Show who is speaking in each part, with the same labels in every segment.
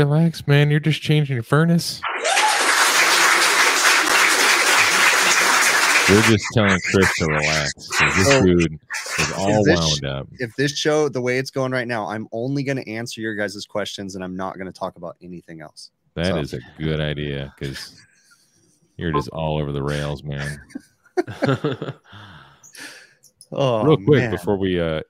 Speaker 1: Relax, man. You're just changing your furnace.
Speaker 2: We're just telling Chris to relax. 'cause This
Speaker 3: So,
Speaker 2: dude is all
Speaker 3: Oh. this-
Speaker 2: wound up.
Speaker 3: If this show, the way it's going right now, I'm only going to answer your guys' questions and I'm not going to talk about anything else.
Speaker 2: That
Speaker 3: so-
Speaker 2: is a good idea because you're just all over the rails, man.
Speaker 3: Oh,
Speaker 2: Real quick
Speaker 3: man.
Speaker 2: before we uh,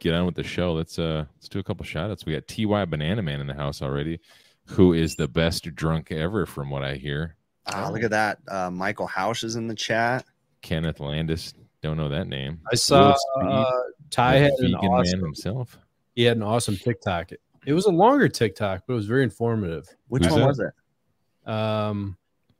Speaker 2: get on with the show, let's uh let's do a couple shout outs. We got Ty Banana Man in the house already, who is the best drunk ever, from what I hear.
Speaker 3: Ah, look at that. Uh, Michael Hausch is in the chat.
Speaker 2: Kenneth Landis, don't know that name.
Speaker 4: I saw
Speaker 2: Speed,
Speaker 4: uh, Ty
Speaker 2: the
Speaker 4: had an
Speaker 2: vegan man
Speaker 4: awesome.
Speaker 2: himself.
Speaker 4: He had an awesome TikTok. It, it was a longer TikTok, but it was very informative.
Speaker 3: Which
Speaker 2: Who's
Speaker 3: one
Speaker 2: that?
Speaker 3: was it?
Speaker 4: Um,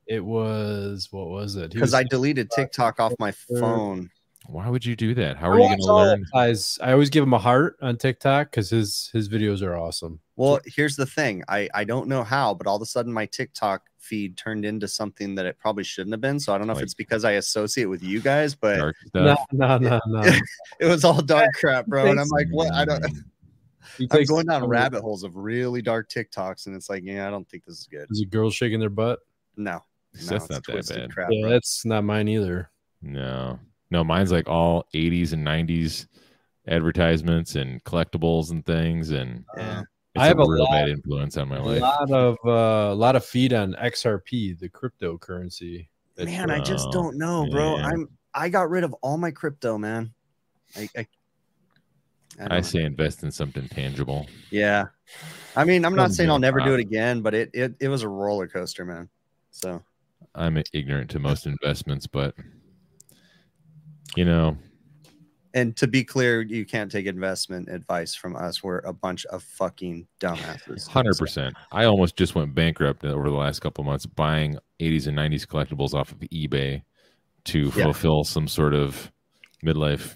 Speaker 4: it was what was it? He
Speaker 3: Because
Speaker 4: was-
Speaker 3: I deleted TikTok off my phone.
Speaker 2: Why would you do that? How
Speaker 4: I
Speaker 2: are you
Speaker 4: watch
Speaker 2: going to
Speaker 4: all of
Speaker 2: learn?
Speaker 4: Ty's- I always give him a heart on TikTok because his his videos are awesome.
Speaker 3: Well, here's the thing. I, I don't know how, but all of a sudden my TikTok feed turned into something that it probably shouldn't have been. So I don't know if
Speaker 2: Like-
Speaker 3: it's because I associate with you guys, but
Speaker 2: Dark stuff.
Speaker 4: No, no, no, no.
Speaker 3: it was all dark crap, bro. And I'm like, what? I don't.
Speaker 2: Mm.
Speaker 4: He
Speaker 3: I'm
Speaker 4: takes-
Speaker 3: going down rabbit holes of really dark TikToks, and it's like, yeah, I don't think this is good.
Speaker 4: Is a girl shaking their butt?
Speaker 3: No, no
Speaker 2: That's
Speaker 3: it's
Speaker 2: not that
Speaker 3: twisted
Speaker 2: bad.
Speaker 3: Crap,
Speaker 4: Yeah,
Speaker 3: bro.
Speaker 4: that's not mine either.
Speaker 2: No, no, mine's like all 80s and 90s advertisements and collectibles and things. And
Speaker 3: Yeah.
Speaker 2: it's
Speaker 4: I have
Speaker 2: a
Speaker 4: a
Speaker 2: real
Speaker 4: lot-
Speaker 2: bad influence on my
Speaker 4: A
Speaker 2: life.
Speaker 4: lot of uh, a lot of feed on XRP, the cryptocurrency. that-
Speaker 3: Man, I just
Speaker 2: Oh,
Speaker 3: don't know, bro.
Speaker 2: man.
Speaker 3: I'm I got rid of all my crypto, man. I I, I
Speaker 2: I
Speaker 3: don't-
Speaker 2: say invest in something tangible.
Speaker 3: yeah. I mean, I'm not
Speaker 2: Some
Speaker 3: saying I'll
Speaker 2: real
Speaker 3: never do it
Speaker 2: profit.
Speaker 3: again, but it it, it was a roller coaster, man. So
Speaker 2: I'm ignorant to most investments, but you know,
Speaker 3: and to be clear, you can't take investment advice from us. We're a bunch of fucking dumbasses.
Speaker 2: 100%. I almost just went bankrupt over the last couple of months buying 80s and 90s collectibles off of eBay to
Speaker 3: Yeah.
Speaker 2: fulfill some sort of midlife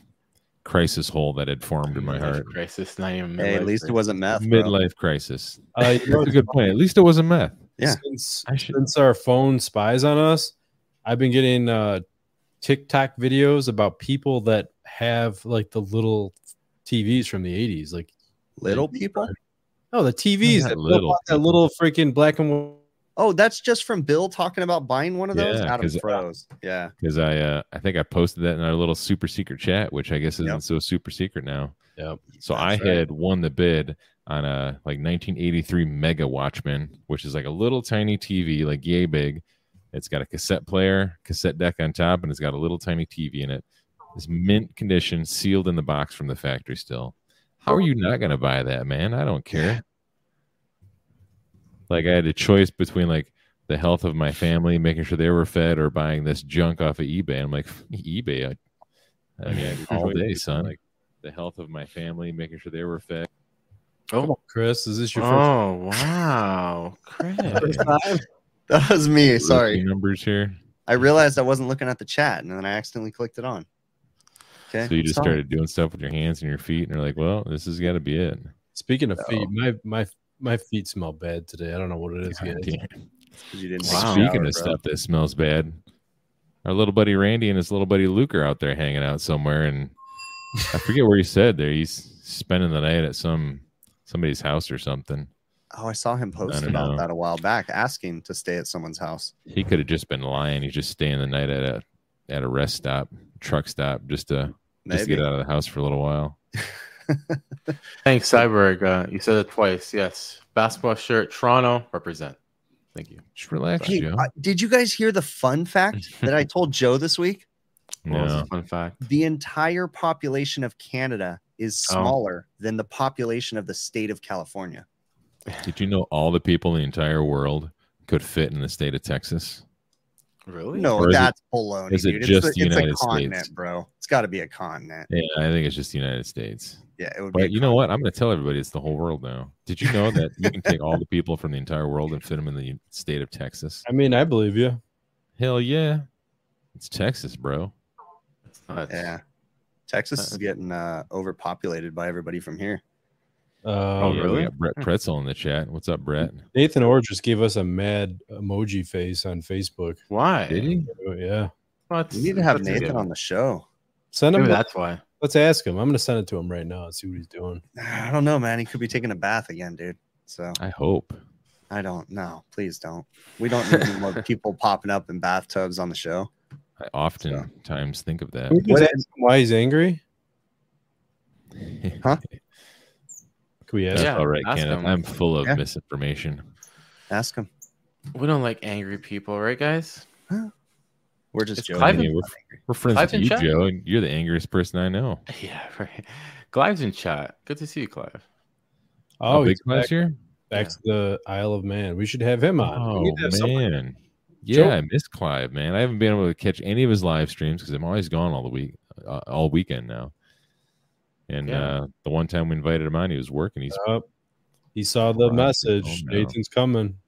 Speaker 2: crisis hole that had formed in my
Speaker 5: Midlife
Speaker 2: heart.
Speaker 5: Crisis, not even
Speaker 3: Hey, at
Speaker 5: midlife
Speaker 3: least it
Speaker 5: crisis.
Speaker 3: wasn't meth. bro.
Speaker 2: Midlife crisis.
Speaker 4: Uh, you know,
Speaker 2: That's a good point. At least it wasn't meth.
Speaker 3: Yeah.
Speaker 4: Since,
Speaker 2: I should.
Speaker 4: since our phone spies on us, I've been getting uh, TikTok videos about people that have like the little TVs from the '80s, like
Speaker 3: Little people.
Speaker 4: oh the TVs
Speaker 2: Not
Speaker 4: that
Speaker 2: little
Speaker 4: little, that
Speaker 2: people.
Speaker 4: little freaking black and white.
Speaker 3: Oh, that's just from Bill talking about buying one of those.
Speaker 2: Yeah,
Speaker 3: Adam
Speaker 2: 'cause-
Speaker 3: froze. Yeah.
Speaker 2: because I uh, I think I posted that in our little super secret chat, which I guess isn't
Speaker 3: Yep.
Speaker 2: so super secret now.
Speaker 4: Yep.
Speaker 2: So
Speaker 3: That's
Speaker 2: I
Speaker 3: right.
Speaker 2: had won the bid on a like 1983 Mega Watchman, which is like a little tiny TV, like yay big. It's got a cassette player, cassette deck on top, and it's got a little tiny TV in it. It's mint condition, sealed in the box from the factory still. How are you not going to buy that, man? I don't care. Like I had a choice between like the health of my family, making sure they were fed, or buying this junk off of eBay. I'm like, eBay, I, I mean, all day, son. Like the health of my family, making sure they were fed.
Speaker 4: Come on, Chris, is this your
Speaker 5: Oh wow, Chris!
Speaker 4: first time?
Speaker 3: That was me.
Speaker 2: Rookie
Speaker 3: Sorry.
Speaker 2: numbers here.
Speaker 3: I realized I wasn't looking at the chat and then I accidentally clicked it on. Okay.
Speaker 2: So you just
Speaker 3: Sorry.
Speaker 2: started doing stuff with your hands and your feet, and you're like, well, this has got to be it.
Speaker 4: Speaking of
Speaker 3: No.
Speaker 4: feet, my my my feet smell bad today. I don't know what it is. guys.
Speaker 2: Damn.
Speaker 3: 'Cause you didn't take a
Speaker 5: Wow.
Speaker 2: Speaking
Speaker 3: shower,
Speaker 2: of
Speaker 3: bro.
Speaker 2: stuff that smells bad, our little buddy Randy and his little buddy Luke are out there hanging out somewhere, and I forget where he said there. He's spending the night at some somebody's house or something.
Speaker 3: Oh, I saw him
Speaker 2: I
Speaker 3: post
Speaker 2: don't
Speaker 3: about
Speaker 2: know.
Speaker 3: that a while back, asking to stay at someone's house.
Speaker 2: He could have just been lying. He's just staying the night at a at a rest stop, truck stop, just to just to
Speaker 3: Maybe.
Speaker 2: get out of the house for a little while.
Speaker 5: Thanks, Cyborg. Uh, you said it twice. Yes, basketball shirt, Toronto represent. Thank you.
Speaker 2: Just relax,
Speaker 3: Hey,
Speaker 2: Joe.
Speaker 3: uh, did you guys hear the fun fact that I told Joe this week?
Speaker 5: What was
Speaker 2: no,
Speaker 5: a fun fact.
Speaker 3: The entire population of Canada is
Speaker 5: Oh.
Speaker 3: smaller than the population of the state of California.
Speaker 2: did you know all the people in the entire world could fit in the state of Texas?
Speaker 5: Really?
Speaker 3: No,
Speaker 2: Or is it-
Speaker 3: that's baloney,
Speaker 2: is it
Speaker 3: dude.
Speaker 2: just
Speaker 3: it's
Speaker 2: the
Speaker 3: a, it's a
Speaker 2: United States?
Speaker 3: continent, bro. It's got to be a continent.
Speaker 2: Yeah, I think it's just the United States.
Speaker 3: Yeah, it would be. a
Speaker 2: But you know what? I'm going to tell everybody it's the whole world now. Did you know that you can take all the people from the entire world and fit them in the state of Texas?
Speaker 4: I mean, I believe you.
Speaker 2: Hell yeah. It's Texas, bro.
Speaker 5: That's nuts.
Speaker 3: Yeah. Texas is
Speaker 5: Uh,
Speaker 3: getting uh, overpopulated by everybody from here.
Speaker 4: Uh,
Speaker 5: Oh,
Speaker 2: Yeah, We
Speaker 5: really?
Speaker 2: got Brett Pretzel in the chat. What's up, Brett?
Speaker 4: Nathan Orr just gave us a mad emoji face on Facebook.
Speaker 5: Why?
Speaker 2: Did he?
Speaker 4: Oh, yeah,
Speaker 5: What's-
Speaker 3: We need to have
Speaker 5: what's he
Speaker 3: Nathan
Speaker 5: doing?
Speaker 3: on the show.
Speaker 4: send him.
Speaker 5: Maybe that's why.
Speaker 4: Let's ask him. I'm gonna send it
Speaker 3: Ah,
Speaker 4: to him right now and see what he's doing.
Speaker 3: I don't know, man. He could be taking a bath again, dude. So
Speaker 2: I hope.
Speaker 3: I don't know. Please don't. We don't need any more people popping up in bathtubs on the show.
Speaker 2: I oftentimes think of that.
Speaker 4: What is, why he's angry?
Speaker 3: Huh?
Speaker 4: Can we ask?
Speaker 2: That's
Speaker 5: Yeah,
Speaker 2: all right,
Speaker 5: ask
Speaker 2: Kenneth.
Speaker 5: him.
Speaker 2: I'm full of
Speaker 3: Yeah.
Speaker 2: misinformation.
Speaker 3: Ask him.
Speaker 5: We don't like angry people, right, guys?
Speaker 3: We're just
Speaker 5: It's
Speaker 3: joking.
Speaker 5: Clive
Speaker 2: and-
Speaker 3: We're not angry.
Speaker 2: We're friends
Speaker 5: I've
Speaker 2: with
Speaker 5: been
Speaker 2: you,
Speaker 5: chat-
Speaker 2: Joe, and you're the angriest person I know.
Speaker 5: Yeah, right. Clive's in chat. Good to see you, Clive.
Speaker 2: Oh,
Speaker 4: Oh,
Speaker 2: big
Speaker 4: he's
Speaker 2: last
Speaker 4: back,
Speaker 2: year?
Speaker 4: back to the Isle of Man. We should have him on. We
Speaker 2: Oh
Speaker 4: need to have someone-
Speaker 2: man,
Speaker 4: Joe-
Speaker 2: yeah, I miss Clive, man. I haven't been able to catch any of his live streams because I'm always gone all the week, uh, all weekend now. And
Speaker 5: Yeah.
Speaker 2: uh, the one time we invited him on, he was working. He's
Speaker 4: Yup. he saw the
Speaker 2: Oh,
Speaker 4: message.
Speaker 2: no.
Speaker 4: Nathan's coming.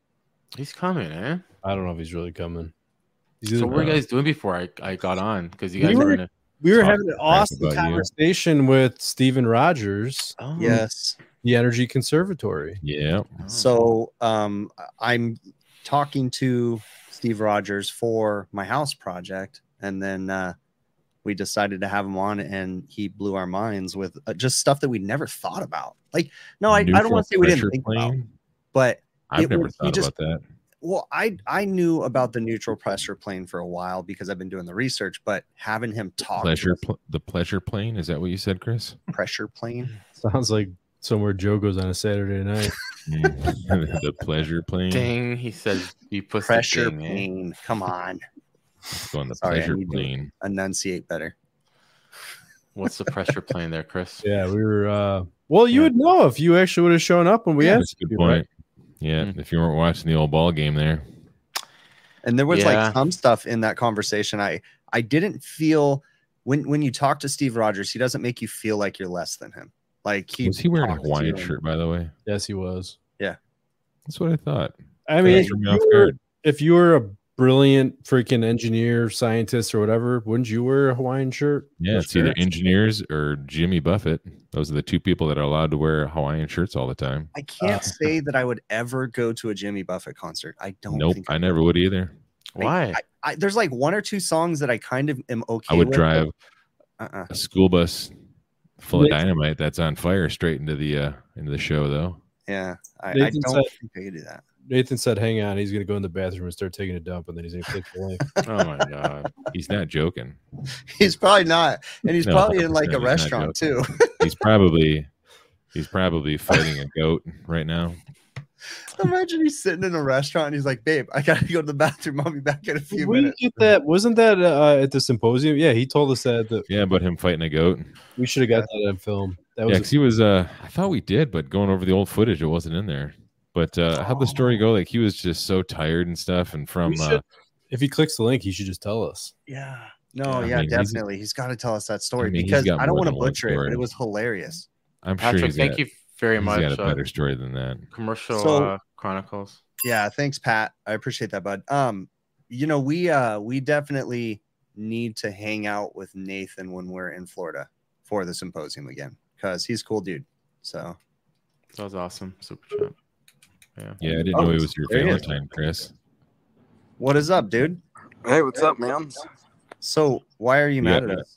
Speaker 5: He's coming, eh?
Speaker 4: I don't know if he's really coming. He's
Speaker 5: So
Speaker 4: either-
Speaker 5: what were you guys doing before I, I got on? Because you
Speaker 4: We
Speaker 5: guys
Speaker 4: were-
Speaker 5: were in a
Speaker 4: we were
Speaker 2: talking
Speaker 4: having an
Speaker 2: crap
Speaker 4: awesome
Speaker 2: about you.
Speaker 4: conversation with Steven Rogers,
Speaker 5: oh,
Speaker 3: Yes.
Speaker 4: the Energy Conservatory.
Speaker 2: yeah,
Speaker 5: oh.
Speaker 3: So um, I'm talking to Steve Rogers for my house project, and then uh, we decided to have him on, and he blew our minds with uh, just stuff that we never thought about. Like, no, I, I don't
Speaker 2: Neutral
Speaker 3: want to say we
Speaker 2: pressure
Speaker 3: didn't think about,
Speaker 2: plane?
Speaker 3: but
Speaker 2: I've
Speaker 3: It
Speaker 2: never
Speaker 3: was- he
Speaker 2: thought
Speaker 3: just-
Speaker 2: about that.
Speaker 3: well, I I knew about the neutral pressure plane for a while because I've been doing the research, but having him talk to
Speaker 2: Pleasure,
Speaker 3: us-
Speaker 2: pl- the pleasure plane. Is that what you said, Chris?
Speaker 3: pressure plane,
Speaker 4: Sounds like somewhere Joe goes on a Saturday night.
Speaker 2: Mm. the pleasure plane.
Speaker 5: dang, he says he puts
Speaker 3: pressure
Speaker 5: the ding, eh?
Speaker 3: plane. Come on,
Speaker 2: Let's go on the
Speaker 3: Sorry, I
Speaker 2: pleasure
Speaker 3: need to-
Speaker 2: plane.
Speaker 3: enunciate better.
Speaker 5: What's the pressure plane there, Chris?
Speaker 4: yeah, we were. uh Well, you would know if you actually would have shown up when we
Speaker 2: Yeah,
Speaker 4: asked.
Speaker 2: that's a good
Speaker 4: you,
Speaker 2: point.
Speaker 4: right?
Speaker 2: Yeah,
Speaker 3: Mm.
Speaker 2: if you weren't watching the old ball game there,
Speaker 3: And there was
Speaker 5: Yeah.
Speaker 3: like some stuff in that conversation. I I didn't feel when when you talk to Steve Rogers, he doesn't make you feel like you're less than him. Like he
Speaker 2: was he wearing a
Speaker 3: talks to
Speaker 2: Hawaiian
Speaker 3: you
Speaker 2: shirt? By the way,
Speaker 4: Yes, he was.
Speaker 2: that's what I thought.
Speaker 4: I mean,
Speaker 2: Threw me off guard.
Speaker 4: if you were a brilliant freaking engineer, scientist, or whatever, wouldn't you wear a Hawaiian shirt?
Speaker 2: Yeah,
Speaker 4: Or
Speaker 2: it's either
Speaker 4: shirt?
Speaker 2: engineers or Jimmy Buffett. Those are the two people that are allowed to wear Hawaiian shirts all the time.
Speaker 3: I can't
Speaker 4: Uh.
Speaker 3: say that I would ever go to a Jimmy Buffett concert. I don't.
Speaker 2: Nope,
Speaker 3: think
Speaker 2: I never would either.
Speaker 5: Why?
Speaker 3: I, I, there's like one or two songs that I kind of am okay.
Speaker 2: I would
Speaker 3: with,
Speaker 2: drive
Speaker 3: but- Uh-uh.
Speaker 2: a school bus full of
Speaker 4: Nathan-
Speaker 2: dynamite that's on fire straight into the uh into the show though.
Speaker 3: Yeah, I, I don't
Speaker 4: Nathan said-
Speaker 3: think I could do that.
Speaker 4: Nathan said, "Hang on, he's gonna go in the bathroom and start taking a dump, and then he's gonna click the link."
Speaker 5: oh my god.
Speaker 2: He's not joking.
Speaker 3: He's probably not, and he's
Speaker 2: No,
Speaker 3: probably in like
Speaker 2: 100%
Speaker 3: a
Speaker 2: he's not
Speaker 3: restaurant too.
Speaker 2: He's probably he's probably fighting a goat right now.
Speaker 3: Imagine he's sitting in a restaurant and he's like, "Babe, I gotta go to the bathroom. I'll be back in a few
Speaker 4: we
Speaker 3: minutes."
Speaker 4: get that? Wasn't that uh, at the symposium? Yeah, he told us that, that
Speaker 2: Yeah, but him fighting a goat.
Speaker 4: we should have got that on film. That
Speaker 2: Yeah,
Speaker 4: was
Speaker 2: 'cause he was. Uh, I thought we did, but going over the old footage, it wasn't in there. But uh, how'd the story go? Like he was just so tired and stuff, and from
Speaker 4: We
Speaker 2: uh,
Speaker 4: should- if he clicks the link, he should just tell us.
Speaker 3: Yeah. No,
Speaker 2: Yeah, I
Speaker 3: yeah,
Speaker 2: mean, he's-
Speaker 3: definitely. he's got to tell us that story
Speaker 2: I mean, he's
Speaker 3: because
Speaker 2: got
Speaker 3: I don't
Speaker 2: more
Speaker 3: want to
Speaker 2: than one
Speaker 3: butcher it, but
Speaker 2: story.
Speaker 3: it was hilarious.
Speaker 2: I'm sure
Speaker 5: Patrick,
Speaker 2: he's
Speaker 5: thank
Speaker 2: got,
Speaker 5: you very
Speaker 2: he's
Speaker 5: much.
Speaker 2: got a
Speaker 5: uh,
Speaker 2: better story than that.
Speaker 5: commercial
Speaker 3: So-
Speaker 5: uh, chronicles.
Speaker 3: Yeah, thanks, Pat. I appreciate that, bud. Um, you know, we uh we definitely need to hang out with Nathan when we're in Florida for the symposium again because he's a cool dude. So
Speaker 5: That was awesome. Super chat. Yeah.
Speaker 2: Yeah, I didn't
Speaker 3: Oh,
Speaker 2: know it was your
Speaker 3: there he is.
Speaker 2: Valentine, Chris.
Speaker 3: what is up, dude?
Speaker 6: Hey, what's up, man?
Speaker 3: So why are you
Speaker 2: Yeah.
Speaker 3: mad at us?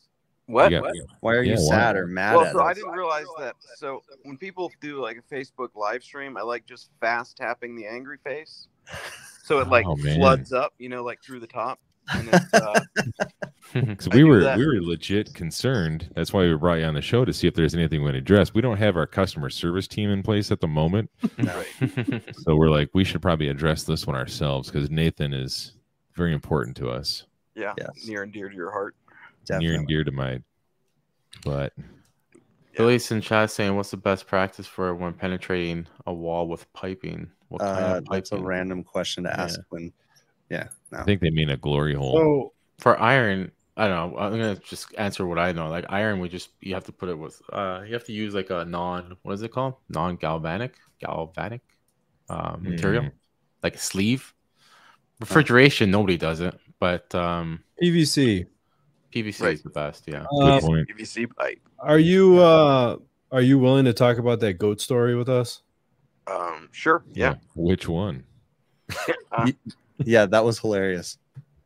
Speaker 6: What?
Speaker 2: You got-
Speaker 3: Why are you
Speaker 2: Yeah, why?
Speaker 3: sad or mad
Speaker 6: Well,
Speaker 3: at
Speaker 6: so I
Speaker 3: us?
Speaker 6: didn't realize that. So when people do like a Facebook live stream, I like just fast tapping the angry face, so it like
Speaker 2: Oh, man.
Speaker 6: floods up, you know, like through the top. And it's, uh,
Speaker 2: So
Speaker 6: I
Speaker 2: we
Speaker 6: do
Speaker 2: were
Speaker 6: that.
Speaker 2: we were legit concerned. That's why we brought you on the show to see if there's anything we can address. We don't have our customer service team in place at the moment, so we're like we should probably address this one ourselves because Nathan is very important to us,
Speaker 6: yeah,
Speaker 3: Yes.
Speaker 6: near and dear to your heart.
Speaker 3: Definitely.
Speaker 2: near and dear to my butt.
Speaker 5: Billy's in chat saying, "What's the best practice for when penetrating a wall with piping? What kind
Speaker 3: Uh,
Speaker 5: of
Speaker 3: that's a
Speaker 5: piping?
Speaker 3: random question to
Speaker 5: Yeah.
Speaker 3: ask when. Yeah, no.
Speaker 2: I think they mean a glory hole.
Speaker 4: So
Speaker 5: for iron i don't know i'm gonna just answer what i know like iron we just you have to put it with uh you have to use like a non what is it called non-galvanic galvanic um, material
Speaker 2: Mm.
Speaker 5: like a sleeve
Speaker 3: Uh-huh.
Speaker 5: refrigeration nobody does it but um
Speaker 4: PVC,
Speaker 5: pvc is
Speaker 6: Right.
Speaker 5: the best yeah
Speaker 2: Good
Speaker 4: uh,
Speaker 2: point.
Speaker 6: PVC pipe.
Speaker 4: are you uh, are you willing to talk about that goat story with us?
Speaker 6: Um, sure. Yeah.
Speaker 2: Which one?
Speaker 6: Uh,
Speaker 3: Yeah, that was hilarious.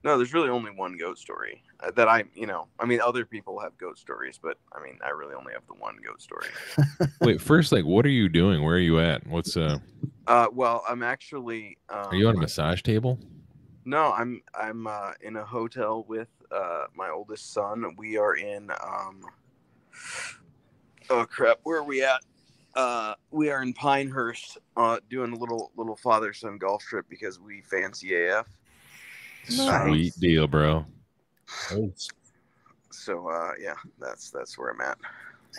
Speaker 6: No, there's really only one ghost story uh, that I, you know, I mean, other people have ghost stories, but I mean, I really only have the one ghost story.
Speaker 2: Wait, first, like, what are you doing? Where are you at? What's uh?
Speaker 6: Uh, well, I'm actually. Um,
Speaker 2: Are you on a massage table?
Speaker 6: No, I'm I'm uh, in a hotel with uh, my oldest son. We are in. Um, oh crap! Where are we at? Uh, we are in Pinehurst, uh, doing a little little father son golf trip because we fancy AF. Nice.
Speaker 2: Sweet deal, bro.
Speaker 4: Oh,
Speaker 6: So uh, yeah, that's that's where I'm at.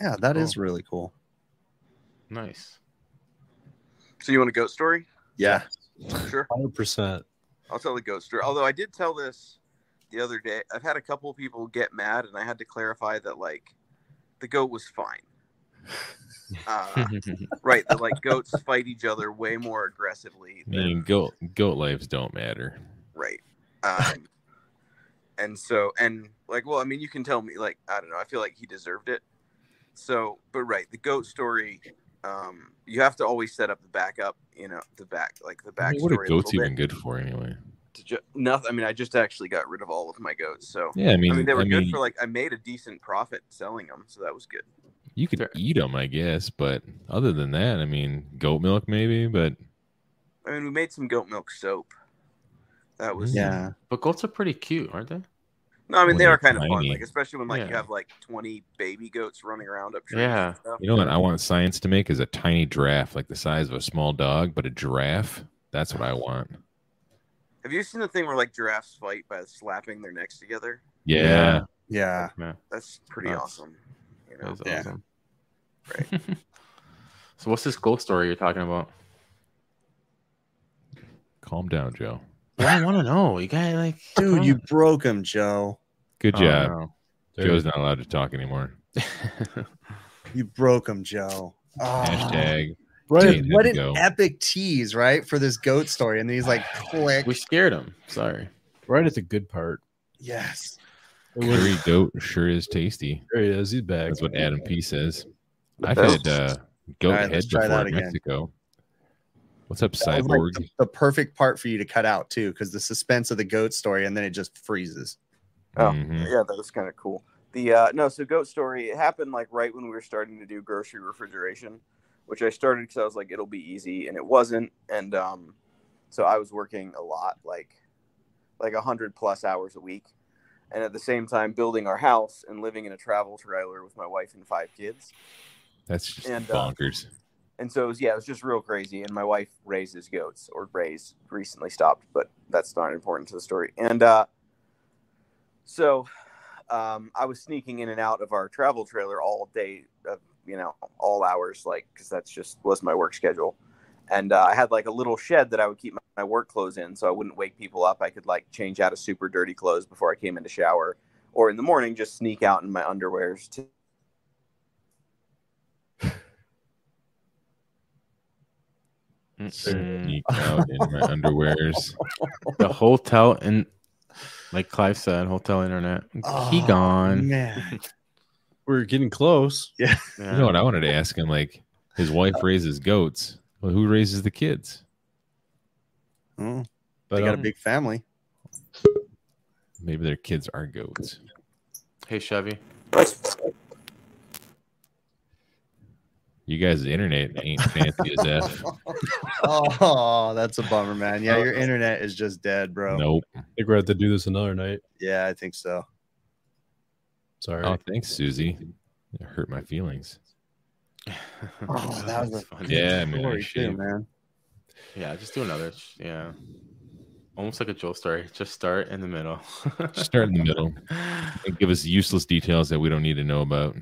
Speaker 3: Yeah, that is really cool.
Speaker 5: Nice.
Speaker 6: So you want a ghost story?
Speaker 3: Yeah.
Speaker 6: Sure.
Speaker 4: 100%.
Speaker 6: I'll tell the ghost story. Although I did tell this the other day. I've had a couple of people get mad, and I had to clarify that like the goat was fine. Uh, right, that like goats fight each other way more aggressively.
Speaker 2: I
Speaker 6: Than,
Speaker 2: mean, goat goat lives don't matter.
Speaker 6: Right. Um, and so and like well, I mean, you can tell me like I don't know. I feel like he deserved it. So, but right, the goat story. Um, you have to always set up the backup. You know, the back like the
Speaker 2: I
Speaker 6: backstory.
Speaker 2: mean, what are
Speaker 6: a little
Speaker 2: goats
Speaker 6: bit.
Speaker 2: even good for anyway?
Speaker 6: to ju- nothing. I mean, I just actually got rid of all of my goats. So
Speaker 2: Yeah, I mean,
Speaker 6: I mean, they were good for like I made a decent profit selling them, so that was good.
Speaker 2: you could
Speaker 5: Fair.
Speaker 2: eat them, I guess. But other than that, I mean, goat milk maybe. But
Speaker 6: I mean, we made some goat milk soap. That was
Speaker 3: Yeah.
Speaker 5: But goats are pretty cute, aren't they?
Speaker 6: no. I mean,
Speaker 2: When
Speaker 6: they
Speaker 2: they're
Speaker 6: are kind of fun,
Speaker 2: tiny.
Speaker 6: like especially when like you
Speaker 5: Yeah.
Speaker 6: have like twenty baby goats running around up trees.
Speaker 5: Yeah.
Speaker 6: and stuff.
Speaker 2: you know what? I want science to make is a tiny giraffe, like the size of a small dog, but a giraffe. That's what I want.
Speaker 6: Have you seen the thing where like giraffes fight by slapping their necks together?
Speaker 2: Yeah,
Speaker 5: Yeah.
Speaker 3: Yeah.
Speaker 5: Yeah.
Speaker 6: That's pretty
Speaker 5: That's-
Speaker 6: awesome. You know,
Speaker 5: That's
Speaker 3: Yeah.
Speaker 5: awesome. Right. so what's this ghost story you're talking about?
Speaker 2: calm down, Joe.
Speaker 5: I want to know. You got like,
Speaker 3: Dude, you broke him, Joe.
Speaker 4: Oh,
Speaker 2: Good job.
Speaker 4: There-
Speaker 2: Joe's not allowed to talk anymore.
Speaker 3: You broke him, Joe. Ah.
Speaker 2: Hashtag.
Speaker 4: Right.
Speaker 2: Dude,
Speaker 3: what
Speaker 2: there
Speaker 3: an
Speaker 2: you go.
Speaker 3: epic tease, right? For this goat story. And then he's like, click.
Speaker 5: we scared him. Sorry.
Speaker 4: Right at the good part.
Speaker 3: Yes.
Speaker 4: It was,
Speaker 2: Curry goat sure is tasty.
Speaker 4: there he is. He's back.
Speaker 2: That's what Adam P says. I've
Speaker 6: That's-
Speaker 2: had uh, goat
Speaker 3: All right,
Speaker 2: head
Speaker 3: let's try
Speaker 2: before
Speaker 3: that
Speaker 2: in
Speaker 3: again.
Speaker 2: Mexico. What's up,
Speaker 3: That was, like,
Speaker 2: cyborg?
Speaker 3: the, the perfect part for you to cut out, too, because the suspense of the goat story and then it just freezes.
Speaker 6: Oh,
Speaker 2: Mhm.
Speaker 6: yeah, that was kind of cool. The uh, no, so goat story. It happened like right when we were starting to do grocery refrigeration, which I started because I was like, it'll be easy, and it wasn't. And um, so I was working a lot, like like hundred plus hours a week, and at the same time building our house and living in a travel trailer with my wife and five kids.
Speaker 2: That's just
Speaker 6: and, uh,
Speaker 2: bonkers.
Speaker 6: And so it was, yeah, it was just real crazy. And my wife raises goats or raised recently stopped, but that's not important to the story. And uh, so um, I was sneaking in and out of our travel trailer all day, uh, you know, all hours, like, because that's just was my work schedule. And uh, I had like a little shed that I would keep my, my work clothes in so I wouldn't wake people up. I could like change out of super dirty clothes before I came in to shower or in the morning just sneak out in my underwears to
Speaker 5: Mm-mm.
Speaker 2: Sneak out in my underwears.
Speaker 5: the hotel and like Clive said, hotel internet. he
Speaker 3: Oh,
Speaker 5: gone.
Speaker 3: Man.
Speaker 4: We're getting close.
Speaker 5: Yeah.
Speaker 2: You know what? I wanted to ask him like, his
Speaker 6: Uh,
Speaker 2: wife raises goats. Well, who raises the kids?
Speaker 3: Mm,
Speaker 4: But
Speaker 3: they got a
Speaker 4: um,
Speaker 3: big family.
Speaker 2: Maybe their kids are goats.
Speaker 5: hey Chevy.
Speaker 4: Uh,
Speaker 2: You guys' internet ain't fancy as F.
Speaker 3: oh, that's a bummer, man. Yeah, your internet is just dead, bro.
Speaker 2: Nope.
Speaker 4: I think we're going to have to do this another night.
Speaker 3: Yeah, I think so.
Speaker 4: Sorry.
Speaker 2: Oh, thanks, Susie. It hurt my feelings.
Speaker 3: Oh, that was a
Speaker 5: funny.
Speaker 2: Yeah, I mean, I
Speaker 3: Story too,
Speaker 2: shaved.
Speaker 3: man.
Speaker 5: Yeah, just do another. Yeah. Almost like a Joel story. Just start in the middle.
Speaker 2: Just start in the middle and give us useless details that we don't need to know about.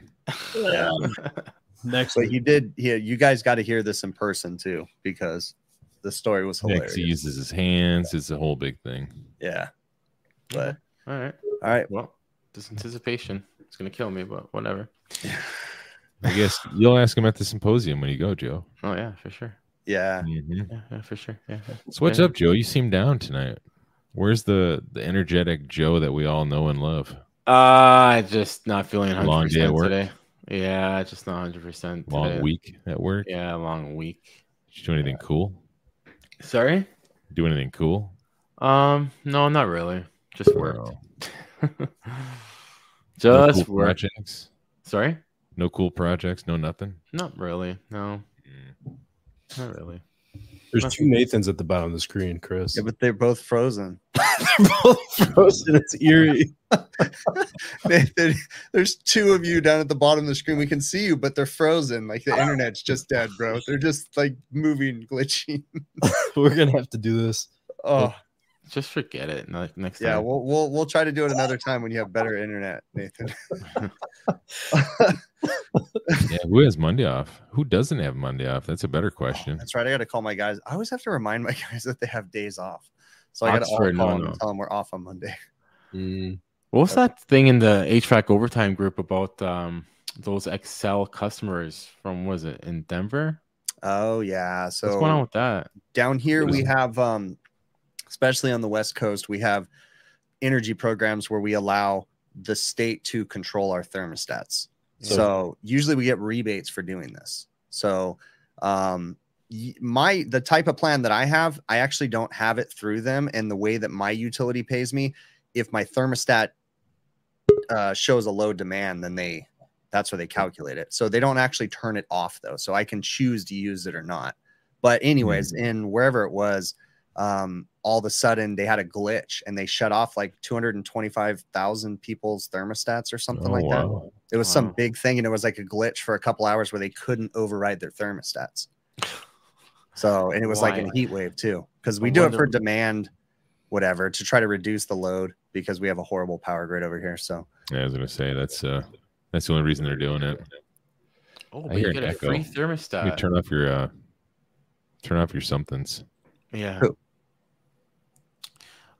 Speaker 3: Yeah.
Speaker 4: Next
Speaker 3: But he did. Yeah, you guys got to hear this in person too, because the story was
Speaker 2: Next,
Speaker 3: hilarious.
Speaker 2: he uses his hands. It's a whole big thing.
Speaker 3: Yeah. But
Speaker 5: All right.
Speaker 3: all right.
Speaker 5: Well, this anticipation is gonna kill me, but whatever.
Speaker 2: I guess you'll ask him at the symposium when you go, Joe.
Speaker 5: Oh yeah, for sure.
Speaker 3: Yeah.
Speaker 2: Mhm.
Speaker 5: Yeah, yeah for sure. Yeah. yeah.
Speaker 2: So what's
Speaker 5: Yeah.
Speaker 2: up, Joe? You seem down tonight. Where's the the energetic Joe that we all know and love?
Speaker 5: Uh just not feeling 100%
Speaker 2: Long day at work?
Speaker 5: today. Yeah, just not 100%
Speaker 2: Long
Speaker 5: today.
Speaker 2: week at work.
Speaker 5: Yeah, long week.
Speaker 2: Did you do anything cool?
Speaker 5: Sorry?
Speaker 2: Do anything cool?
Speaker 5: Um, no, not really. Just worked.
Speaker 2: Wow. No
Speaker 5: Just
Speaker 2: cool
Speaker 5: worked.
Speaker 2: projects.
Speaker 5: Sorry?
Speaker 2: No cool projects. No nothing. Mm.
Speaker 5: Not really. No, not really.
Speaker 4: There's two Nathans at the bottom of the screen, Chris.
Speaker 3: Yeah, but they're both frozen.
Speaker 4: they're both frozen. It's eerie.
Speaker 3: They- they- There's two of you down at the bottom of the screen. We can see you, but they're frozen. Like the internet's just dead, bro. They're just like moving, glitching.
Speaker 4: We're gonna have to do this.
Speaker 3: Oh
Speaker 5: Just forget it. No, next
Speaker 3: yeah,
Speaker 5: time.
Speaker 3: we'll we'll we'll try to do it another time when you have better internet, Nathan.
Speaker 2: Yeah, who has Monday off? Who doesn't have Monday off? That's a better question.
Speaker 3: That's right. I got to call my guys. I always have to remind my guys that they have days off. So I got to call
Speaker 5: Oxford, no,
Speaker 3: them
Speaker 5: no.
Speaker 3: and tell them we're off on Monday.
Speaker 5: What was that thing in the HVAC overtime group about um, those Excel customers from was it in Denver?
Speaker 3: Oh yeah. So
Speaker 5: What's going on with that?
Speaker 3: down here we have um especially on the west coast we have energy programs where we allow the state to control our thermostats so,
Speaker 4: So-
Speaker 3: usually we get rebates for doing this so um y- my the type of plan that i have i actually don't have it through them and the way that my utility pays me if my thermostat uh, shows a low demand then they that's where they calculate it so they don't actually turn it off though so i can choose to use it or not but anyways, in wherever it was, um, all of a sudden they had a glitch and they shut off like 225,000 people's thermostats or something
Speaker 2: Oh,
Speaker 3: like that.
Speaker 2: wow.
Speaker 3: It was some
Speaker 5: Wow.
Speaker 3: big thing and it was like a glitch for a couple hours where they couldn't override their thermostats. So, and it was like
Speaker 5: Why?
Speaker 3: a heat wave too, because we
Speaker 5: I
Speaker 3: do it for
Speaker 5: wonder-
Speaker 3: demand, whatever, to try to reduce the load because we have a horrible power grid over here. So,
Speaker 2: Yeah, I was gonna say that's uh that's the only reason they're doing it.
Speaker 5: Oh,
Speaker 2: I
Speaker 5: but
Speaker 2: hear
Speaker 5: you
Speaker 2: an
Speaker 5: get a
Speaker 2: echo.
Speaker 5: free
Speaker 2: You
Speaker 5: thermostat.
Speaker 2: turn off your uh turn off your somethings.
Speaker 5: Yeah.
Speaker 3: Who?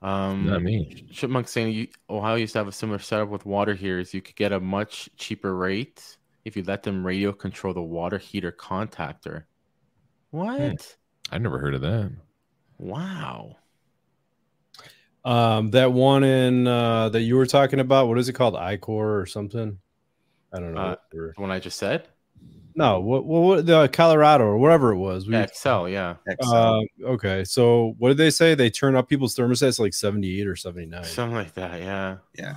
Speaker 5: Um,
Speaker 2: Not me.
Speaker 5: Chipmunk saying you, Ohio used to have a similar setup with water heaters. You could get a much cheaper rate if you let them radio control the water heater contactor. Hmm. What?
Speaker 2: I never heard of that.
Speaker 5: Wow.
Speaker 4: Um, that one in uh, that you were talking about. What is it called? Icor or something? I don't know.
Speaker 5: Uh,
Speaker 4: Or-
Speaker 5: The one I just said?
Speaker 4: no, what, what, what the Colorado or whatever it was. We,
Speaker 5: Yeah, Excel, yeah.
Speaker 3: Excel.
Speaker 4: uh, okay, so what did they say? They turn up people's thermostats like seventy eight or seventy nine.
Speaker 5: Something like that, yeah.
Speaker 3: Yeah.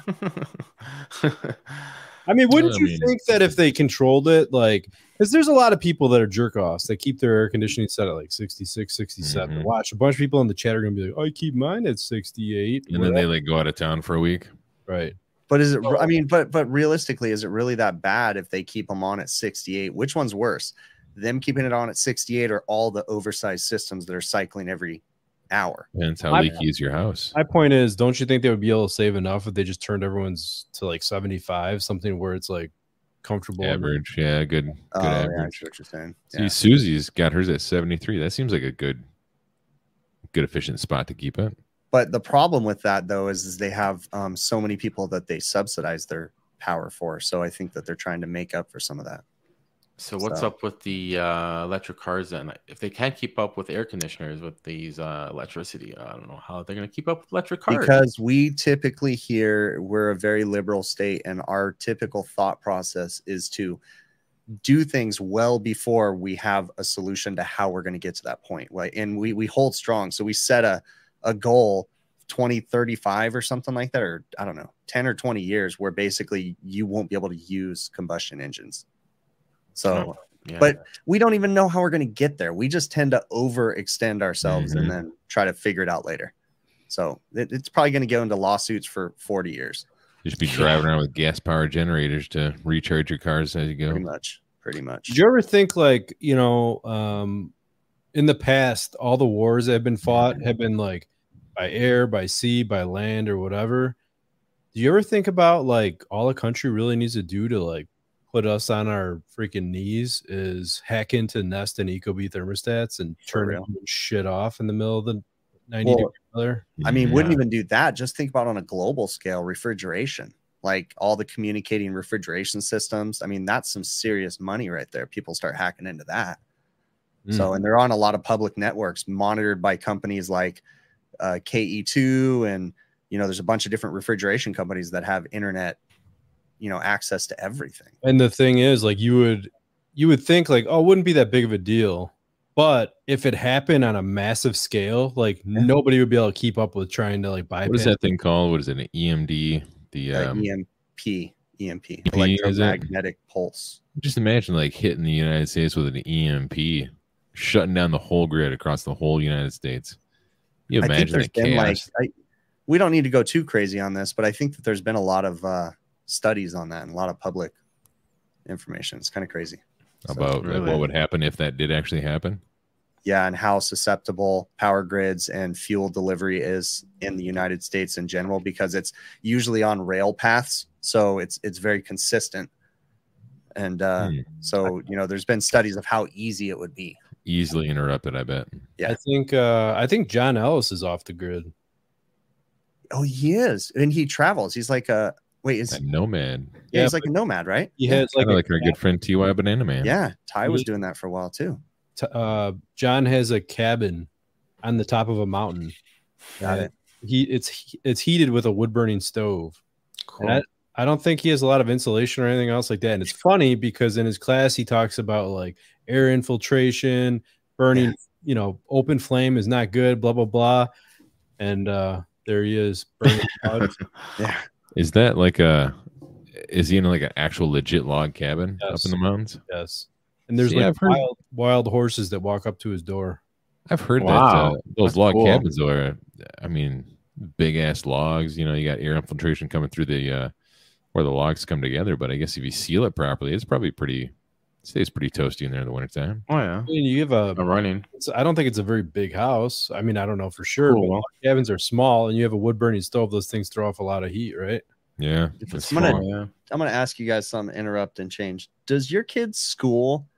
Speaker 4: I mean, wouldn't
Speaker 2: I
Speaker 4: you
Speaker 2: mean-
Speaker 4: think that if they controlled it, like, because there's a lot of people that are jerk offs that keep their air conditioning set at like 66, 67.
Speaker 2: Mhm.
Speaker 4: Watch a bunch of people in the chat are going to be like, I keep mine at 68.
Speaker 2: And then they like go out of town for a week.
Speaker 4: right.
Speaker 3: But is it? I mean, but but realistically, is it really that bad if they keep them on at 68? Which one's worse, them keeping it on at 68 or all the oversized systems that are cycling every hour?
Speaker 2: Depends how
Speaker 4: I-
Speaker 2: leaky is your house.
Speaker 4: My point is, don't you think they would be able to save enough if they just turned everyone's to like 75, something where it's like comfortable?
Speaker 2: Average. Yeah, good good
Speaker 3: Oh, yeah, I
Speaker 2: average.
Speaker 3: see what you're saying.
Speaker 2: See,
Speaker 3: Yeah.
Speaker 2: Susie's got hers at 73. That seems like a good good efficient spot to keep it.
Speaker 3: But the problem with that though is, is they have um, so many people that they subsidize their power for. So I think that they're trying to make up for some of that.
Speaker 5: so what's
Speaker 3: So-
Speaker 5: up with the uh, electric cars then? If they can't keep up with air conditioners with these uh, electricity, I don't know how they're going to keep up with electric cars.
Speaker 3: Because we typically here, we're a very liberal state, and our typical thought process is to do things well before we have a solution to how we're going to get to that point. Like, and we we hold strong. So we set a a goal 2035 or something like that, or I don't know, 10 or 20 years where basically you won't be able to use combustion engines. So
Speaker 5: yeah.
Speaker 3: but we don't even know how we're going to get there. We just tend to overextend ourselves
Speaker 2: Mhm.
Speaker 3: and then try to figure it out later. So it, it's probably going to go into lawsuits for 40 years,
Speaker 2: Just be driving around with gas power generators to recharge your cars as you go.
Speaker 3: pretty much. Pretty much.
Speaker 4: Did you ever think like, you know, um, in the past, all the wars that have been fought have been like by air, by sea, by land, or whatever. Do you ever think about like all a country really needs to do to like put us on our freaking knees is hack into Nest and Ecobee thermostats and turn
Speaker 3: real.
Speaker 4: everyone's shit off in the middle of the 90
Speaker 3: Well,
Speaker 4: degree weather?
Speaker 3: I mean,
Speaker 2: Yeah.
Speaker 3: wouldn't even do that. Just think about on a global scale refrigeration, like all the communicating refrigeration systems. I mean, that's some serious money right there. People start hacking into that. So,
Speaker 2: Mm.
Speaker 3: and they're on a lot of public networks monitored by companies like uh, KE2. And, you know, there's a bunch of different refrigeration companies that have internet, you know, access to everything.
Speaker 4: And the thing is, like you would you would think like, oh, it wouldn't be that big of a deal. But if it happened on a massive scale, like nobody would be able to keep up with trying to like bypass.
Speaker 2: What is that thing called? What is it? An EMD? The
Speaker 3: Uh,
Speaker 2: um,
Speaker 3: EMP, EMP,
Speaker 2: E is it?
Speaker 3: E electromagnetic pulse.
Speaker 2: just imagine like hitting the United States with an EMP, shutting down the whole grid across the whole United States. You
Speaker 3: I think
Speaker 2: imagine
Speaker 3: there's
Speaker 2: that
Speaker 3: been like
Speaker 2: chaos.
Speaker 3: I, we don't need to go too crazy on this, but I think that there's been a lot of uh, studies on that and a lot of public information. It's kind of crazy. So,
Speaker 2: about like,
Speaker 5: Really?
Speaker 2: what would happen if that did actually happen.
Speaker 3: yeah, and how susceptible power grids and fuel delivery is in the United States in general because it's usually on rail paths, so it's it's very consistent. And uh,
Speaker 2: Hmm.
Speaker 3: so you know, there's been studies of how easy it would be.
Speaker 2: Easily interrupted, I bet.
Speaker 3: Yeah.
Speaker 4: I think uh I think John Ellis is off the grid.
Speaker 3: Oh, he is, and he travels. He's like a wait, is
Speaker 2: That nomad.
Speaker 3: yeah,
Speaker 4: yeah,
Speaker 3: he's like a nomad, right?
Speaker 4: He has like
Speaker 2: Kinda
Speaker 4: a
Speaker 2: like our good friend T.Y. Banana Man.
Speaker 3: Yeah, Ty was
Speaker 4: He-
Speaker 3: doing that for a while too.
Speaker 4: t- uh John has a cabin on the top of a mountain.
Speaker 3: Got
Speaker 4: Yeah.
Speaker 3: it.
Speaker 4: He it's it's heated with a wood burning stove.
Speaker 5: Cool.
Speaker 4: And I don't think he has a lot of insulation or anything else like that. And it's funny because in his class he talks about like air infiltration, burning, you know, open flame is not good, blah blah blah. And uh there he is burning logs.
Speaker 3: Yeah,
Speaker 2: Is that like a? Is he in like an actual legit log cabin up
Speaker 4: Yes.
Speaker 2: in the mountains?
Speaker 4: Yes. And there's
Speaker 2: See,
Speaker 4: like
Speaker 2: I've heard-
Speaker 4: wild, wild horses that walk up to his door.
Speaker 2: I've heard
Speaker 5: Wow.
Speaker 2: that uh, those
Speaker 5: That's
Speaker 2: log
Speaker 5: cool.
Speaker 2: cabins are, I mean, big ass logs. You know, you got air infiltration coming through the uh, where the logs come together. But I guess if you seal it properly, it's probably pretty it stays pretty toasty in there in the wintertime.
Speaker 5: Oh yeah.
Speaker 4: I mean, you have a
Speaker 5: I'm running.
Speaker 4: it's- I don't think it's a very big house. I mean, I don't know for sure,
Speaker 5: Cool,
Speaker 4: but
Speaker 5: well.
Speaker 4: cabins are small and you have a wood burning stove, those things throw off a lot of heat, right?
Speaker 2: Yeah,
Speaker 3: If
Speaker 2: that's
Speaker 3: it's gonna-
Speaker 2: small.
Speaker 5: yeah.
Speaker 3: I'm gonna ask you guys something. Interrupt and change. Does your kid's school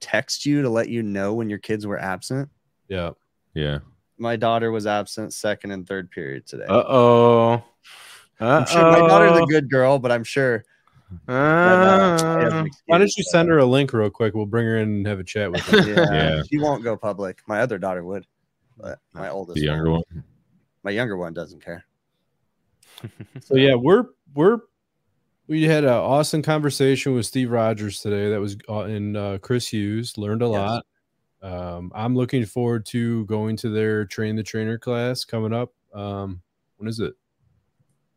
Speaker 3: text you to let you know when your kids were absent?
Speaker 4: Yeah.
Speaker 2: yeah.
Speaker 3: my daughter was absent second and third period today.
Speaker 5: Uh oh.
Speaker 3: I'm sure my daughter's a good girl, but I'm sure. that, uh, she has an
Speaker 4: Why don't
Speaker 3: excuse,
Speaker 4: you
Speaker 3: but,
Speaker 4: send her a link real quick? We'll bring her in and have a chat with her.
Speaker 3: Yeah,
Speaker 2: Yeah.
Speaker 3: she won't go public. My other daughter would, but my oldest,
Speaker 2: The younger
Speaker 3: won't.
Speaker 2: one.
Speaker 3: my younger one doesn't care.
Speaker 4: So yeah, we're we're we had an awesome conversation with Steve Rogers today. That was uh, and uh, Chris Hughes learned a
Speaker 3: Yes.
Speaker 4: lot. Um, I'm looking forward to going to their train the trainer class coming up. Um, when is it?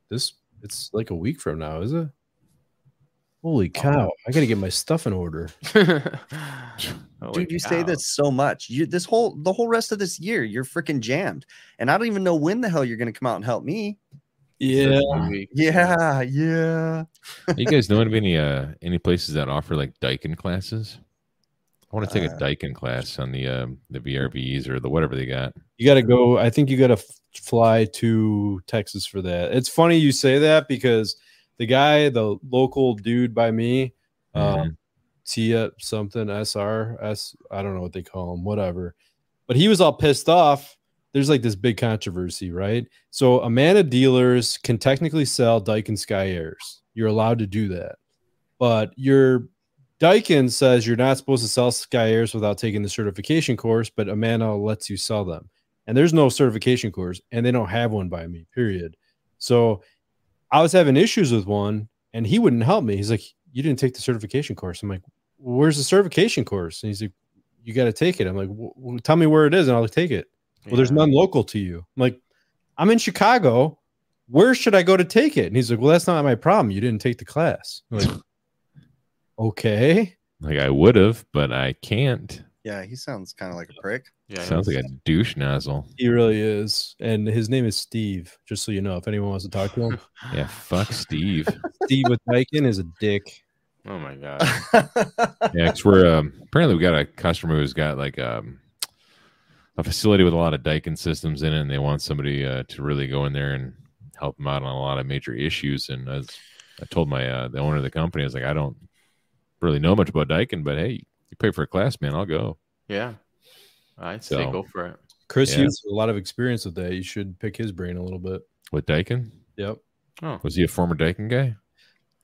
Speaker 4: This it's like a week from now, is it? Holy cow! I gotta get my stuff in order.
Speaker 5: Oh,
Speaker 3: Dude, you say this so much. You this whole the whole rest of this year, you're freaking jammed, and I don't even know when the hell you're gonna come out and help me.
Speaker 4: Yeah,
Speaker 3: Yeah, yeah.
Speaker 2: you guys know of any uh any places that offer like Daikin classes? I want to take a
Speaker 3: Uh,
Speaker 2: Daikin class on the um the VRBs or the whatever they got.
Speaker 4: you gotta go. I think you gotta f- fly to Texas for that. It's funny you say that because the guy, the local dude by me,
Speaker 2: Mhm.
Speaker 4: um, Tia something SR S I don't know what they call him, whatever. But he was all pissed off. There's like this big controversy, right? So Amanda dealers can technically sell Daikin Sky Airs. You're allowed to do that, but your Daikin says you're not supposed to sell Sky Airs without taking the certification course, but Amanda lets you sell them. And there's no certification course, and they don't have one by me, period. So I was having issues with one, and he wouldn't help me. He's like, "You didn't take the certification course." I'm like, "Where's the certification course?" And he's like, "You got to take it." I'm like, "W- w- "Tell me where it is, and I'll take it." Well, there's none local to you. I'm like, "I'm in Chicago. Where should I go to take it?" And he's like, "Well, that's not my problem. You didn't take the class." I'm like, okay.
Speaker 2: Like I would have, but I can't.
Speaker 3: Yeah, he sounds kind of like a prick.
Speaker 5: Yeah,
Speaker 2: Sounds like a douche nozzle.
Speaker 4: He really is, and his name is Steve. Just so you know, if anyone wants to talk to him,
Speaker 2: Yeah, fuck Steve.
Speaker 4: Steve with Daikin is a dick.
Speaker 5: Oh my god.
Speaker 2: Yeah, 'cause we're um, apparently we got a customer who's got like um, a facility with a lot of Daikin systems in it, and they want somebody uh, to really go in there and help them out on a lot of major issues. And as I told my uh, the owner of the company, I was like, I don't really know much about Daikin, but hey, you pay for a class, man, I'll go.
Speaker 5: Yeah. I'd say
Speaker 2: So-
Speaker 5: go for it.
Speaker 4: Chris
Speaker 2: Yeah.
Speaker 4: Hughes has a lot of experience with that. You should pick his brain a little bit.
Speaker 2: With Daikin,
Speaker 4: Yep.
Speaker 5: Oh.
Speaker 2: was he a former Daikin guy?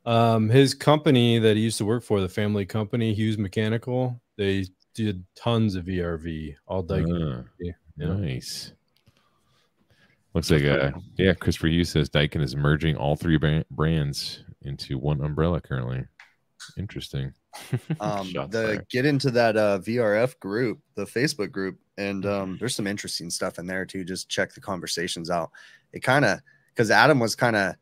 Speaker 4: Um, his company that he used to work for, the family company, Hughes Mechanical, they did tons of ERV, all like
Speaker 2: Ah,
Speaker 3: Uh.
Speaker 4: yeah.
Speaker 2: Nice. Looks like uh, yeah. Christopher Yu says Daikin is merging all three bran- brands into one umbrella currently. Interesting.
Speaker 3: um,
Speaker 5: Shots
Speaker 3: the
Speaker 5: fired.
Speaker 3: get into that uh, VRF group, the Facebook group, and
Speaker 2: Mm-hmm.
Speaker 3: um, there's some interesting stuff in there too. Just check the conversations out. It kind of because Adam was kind of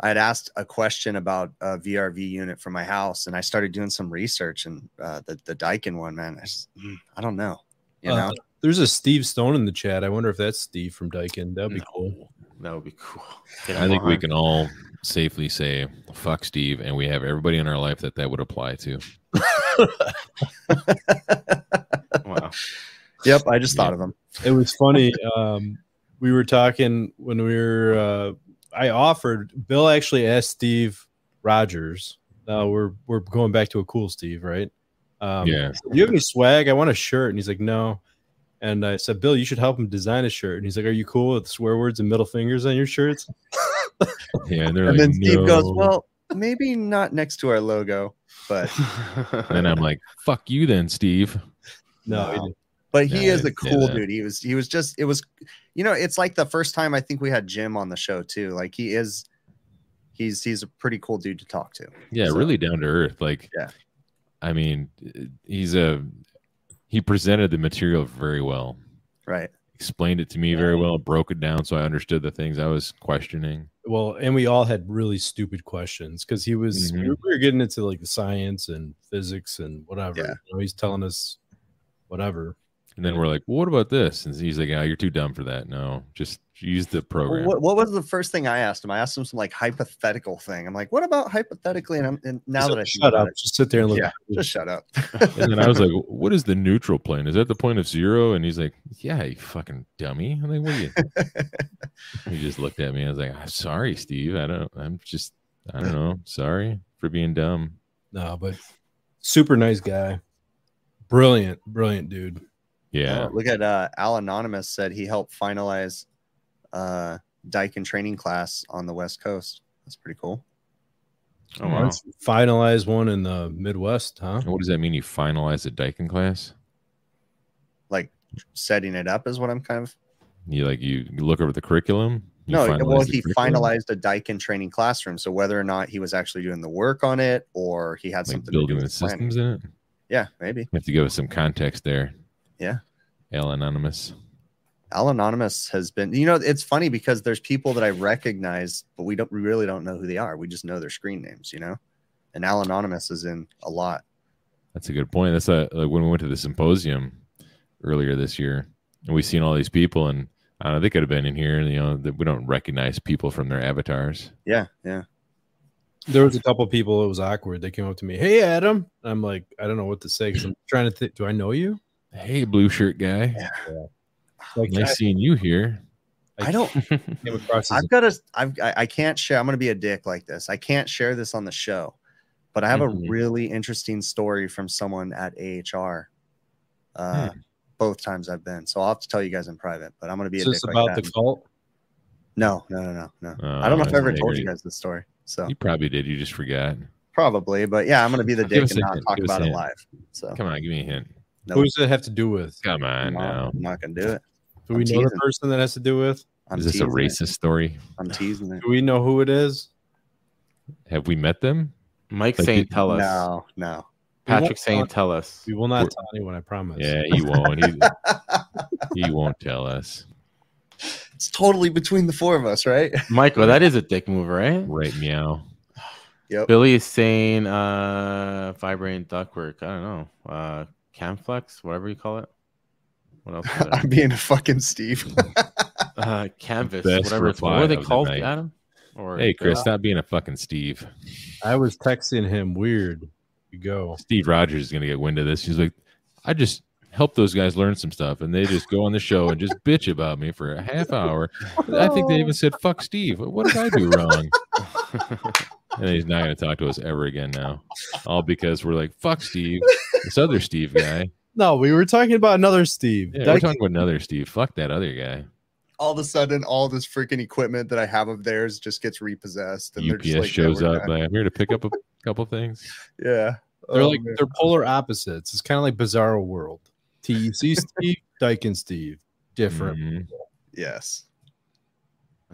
Speaker 3: I had asked a question about a VRV unit for my house, and I started doing some research and uh, the the Daikin one, man. I just mm, I don't know, you
Speaker 4: Uh,
Speaker 3: know.
Speaker 4: There's a Steve Stone in the chat. I wonder if that's Steve from Dyken. That'd be cool.
Speaker 5: That would be cool.
Speaker 2: I think we can all safely say fuck Steve, and we have everybody in our life that that would apply to.
Speaker 5: Wow.
Speaker 3: Yep, I just thought
Speaker 2: Yeah.
Speaker 3: of him.
Speaker 4: It was funny. Um, we were talking when we were. Uh, I offered. Bill actually asked Steve Rogers. Now we're we're going back to a cool Steve, right? Um,
Speaker 2: yeah,
Speaker 4: Do you have any swag? I want a shirt. And he's like, no. And I said, Bill, you should help him design a shirt. And he's like, Are you cool with swear words and middle fingers on your shirts?
Speaker 2: yeah. And, they're
Speaker 3: And
Speaker 2: like,
Speaker 3: then Steve goes,
Speaker 2: "No."
Speaker 3: "Well, maybe not next to our logo, but
Speaker 2: and I'm like, fuck you, then Steve.
Speaker 4: No, he
Speaker 3: No.
Speaker 4: didn't.
Speaker 3: but he
Speaker 2: Yeah,
Speaker 3: is a
Speaker 2: yeah,
Speaker 3: cool
Speaker 2: that-
Speaker 3: dude. He was he was just it was you know, it's like the first time I think we had Jim on the show too. Like he is he's he's a pretty cool dude to talk to.
Speaker 2: Yeah,
Speaker 3: So-
Speaker 2: really down to earth. Like,
Speaker 3: Yeah.
Speaker 2: I mean, he's a he presented the material very well,
Speaker 3: Right.
Speaker 2: explained it to me very well, broke it down so I understood the things I was questioning.
Speaker 4: well, and we all had really stupid questions because he was we
Speaker 2: Mhm.
Speaker 3: Mm-hmm.
Speaker 4: were getting into like the science and physics and whatever.
Speaker 3: Yeah.
Speaker 4: You know, he's telling us whatever.
Speaker 2: And then we're like, well, what about this? And he's like, oh, you're too dumb for that. No, just use the program.
Speaker 3: What, what was the first thing I asked him? I asked him some like hypothetical thing. I'm like, what about hypothetically? And, I'm, and now
Speaker 4: He's
Speaker 3: that I
Speaker 4: like,
Speaker 3: think
Speaker 4: shut
Speaker 3: about
Speaker 4: up, just sit there and look.
Speaker 3: Yeah,
Speaker 4: at
Speaker 3: it, just shut up.
Speaker 2: And then I was like, what is the neutral plane? Is that the point of zero? And he's like, yeah, you fucking dummy. I'm like, what are you? he just looked at me. I was like, I'm sorry, Steve. I don't, I'm just, I don't know. Sorry for being dumb.
Speaker 4: no, but super nice guy, brilliant, brilliant dude.
Speaker 2: Yeah.
Speaker 3: Look at uh, Al Anonymous said he helped finalize uh, Dyken training class on the West Coast. That's pretty cool.
Speaker 5: Oh, wow.
Speaker 4: Let's Finalize one in the Midwest, huh?
Speaker 2: And what does that mean? You finalize the Daikin class?
Speaker 3: Like setting it up is what I'm kind of
Speaker 2: You like, you look over the curriculum? You
Speaker 3: No,
Speaker 2: finalize
Speaker 3: well,
Speaker 2: the
Speaker 3: he
Speaker 2: curriculum?
Speaker 3: finalized a Daikin training classroom. So whether or not he was actually doing the work on it or he had
Speaker 2: like
Speaker 3: something
Speaker 2: building
Speaker 3: to do
Speaker 2: the
Speaker 3: with the planning.
Speaker 2: systems in it.
Speaker 3: Yeah, maybe.
Speaker 2: We have to give us some context there.
Speaker 3: Yeah.
Speaker 2: L Anonymous.
Speaker 3: Al Anonymous has been, you know, it's funny because there's people that I recognize, but we don't we really don't know who they are. We just know their screen names, you know. And Al Anonymous is in a lot.
Speaker 2: That's a good point. That's a, like when we went to the symposium earlier this year, and we seen all these people, and I don't know, they could have been in here, and you know, that we don't recognize people from their avatars.
Speaker 3: Yeah, yeah.
Speaker 4: There was a couple people. It was awkward. They came up to me, "Hey, Adam." And I'm like, I don't know what to say because I'm trying to think. Do I know you?
Speaker 2: Hey, blue shirt guy,
Speaker 4: Like,
Speaker 2: nice seeing you here.
Speaker 3: I don't.
Speaker 4: I came across as
Speaker 3: I've got to. I've. I, I can't share. I'm going to be a dick like this. I can't share this on the show, but I have
Speaker 2: Mhm.
Speaker 3: a really interesting story from someone at AHR. Uh,
Speaker 2: Hmm.
Speaker 3: Both times I've been, so I'll have to tell you guys in private. But I'm going to be
Speaker 4: Is
Speaker 3: a
Speaker 4: this
Speaker 3: dick
Speaker 4: about
Speaker 3: like
Speaker 4: the
Speaker 3: that.
Speaker 4: cult?
Speaker 3: no, no, no, no, no.
Speaker 2: Uh,
Speaker 3: I don't know if I ever
Speaker 2: I
Speaker 3: told you
Speaker 2: agree.
Speaker 3: guys this story, so
Speaker 2: You probably did. You just forgot.
Speaker 3: probably. But yeah, I'm going to be the
Speaker 2: Give
Speaker 3: dick
Speaker 2: us
Speaker 3: and
Speaker 2: a
Speaker 3: not
Speaker 2: hint,
Speaker 3: talk
Speaker 2: give us
Speaker 3: about
Speaker 2: a
Speaker 3: it
Speaker 2: hint.
Speaker 3: live. So
Speaker 2: Come on, give me a hint.
Speaker 3: no,
Speaker 4: Who does it have to do with?
Speaker 2: Come on
Speaker 3: I'm
Speaker 2: now.
Speaker 3: not, I'm not going to do it.
Speaker 4: Do we
Speaker 3: I'm
Speaker 4: know the
Speaker 3: teasing.
Speaker 4: person that has to do with?
Speaker 3: I'm
Speaker 2: Is this a
Speaker 3: teasing it.
Speaker 2: racist story?
Speaker 3: I'm teasing it.
Speaker 4: Do we know who it is?
Speaker 2: Have we met them?
Speaker 5: Mike
Speaker 2: Like,
Speaker 5: saying tell us.
Speaker 3: No, no.
Speaker 5: Patrick saying
Speaker 4: won't-
Speaker 5: tell us.
Speaker 4: We will not
Speaker 2: We're-
Speaker 4: tell anyone. I promise.
Speaker 2: Yeah, he won't. He, he won't tell us.
Speaker 3: It's totally between the four of us, right?
Speaker 5: Michael, that is a dick move, right?
Speaker 2: Right, meow.
Speaker 3: Yep.
Speaker 5: Billy is saying uh vibrant ductwork. I don't know. Uh camflex, whatever you call it. What else? is
Speaker 3: I'm
Speaker 5: it?
Speaker 3: being a fucking Steve.
Speaker 5: uh canvas,
Speaker 2: Best
Speaker 5: whatever it's
Speaker 2: reply
Speaker 5: what are they
Speaker 2: of the
Speaker 5: called,
Speaker 2: night.
Speaker 5: Adam? Or
Speaker 2: Hey, Chris, stop being a fucking Steve.
Speaker 4: I was texting him weird. You go.
Speaker 2: Steve Rogers is going to get wind of this. He's like, I just help those guys learn some stuff, and they just go on the show and just bitch about me for a half hour. I think they even said, "Fuck Steve." What did I do wrong? And he's not going to talk to us ever again now, all because we're like, "Fuck Steve," this other Steve guy.
Speaker 4: No, we were talking about another Steve.
Speaker 2: Yeah,
Speaker 4: Dyke-
Speaker 2: we're talking about another Steve. Fuck that other guy.
Speaker 3: all of a sudden, all this freaking equipment that I have of theirs just gets repossessed, and they're
Speaker 2: UPS
Speaker 3: just like, "Yeah,
Speaker 2: shows
Speaker 3: we're
Speaker 2: up.
Speaker 3: done."
Speaker 2: Like, I'm here to pick up a couple things.
Speaker 3: Yeah,
Speaker 4: they're
Speaker 3: Oh,
Speaker 4: like
Speaker 3: man.
Speaker 4: they're polar opposites. It's kind of like Bizarro World. TEC Steve, Dyke and Steve, different.
Speaker 3: Mm.
Speaker 2: Mhm.
Speaker 3: yes.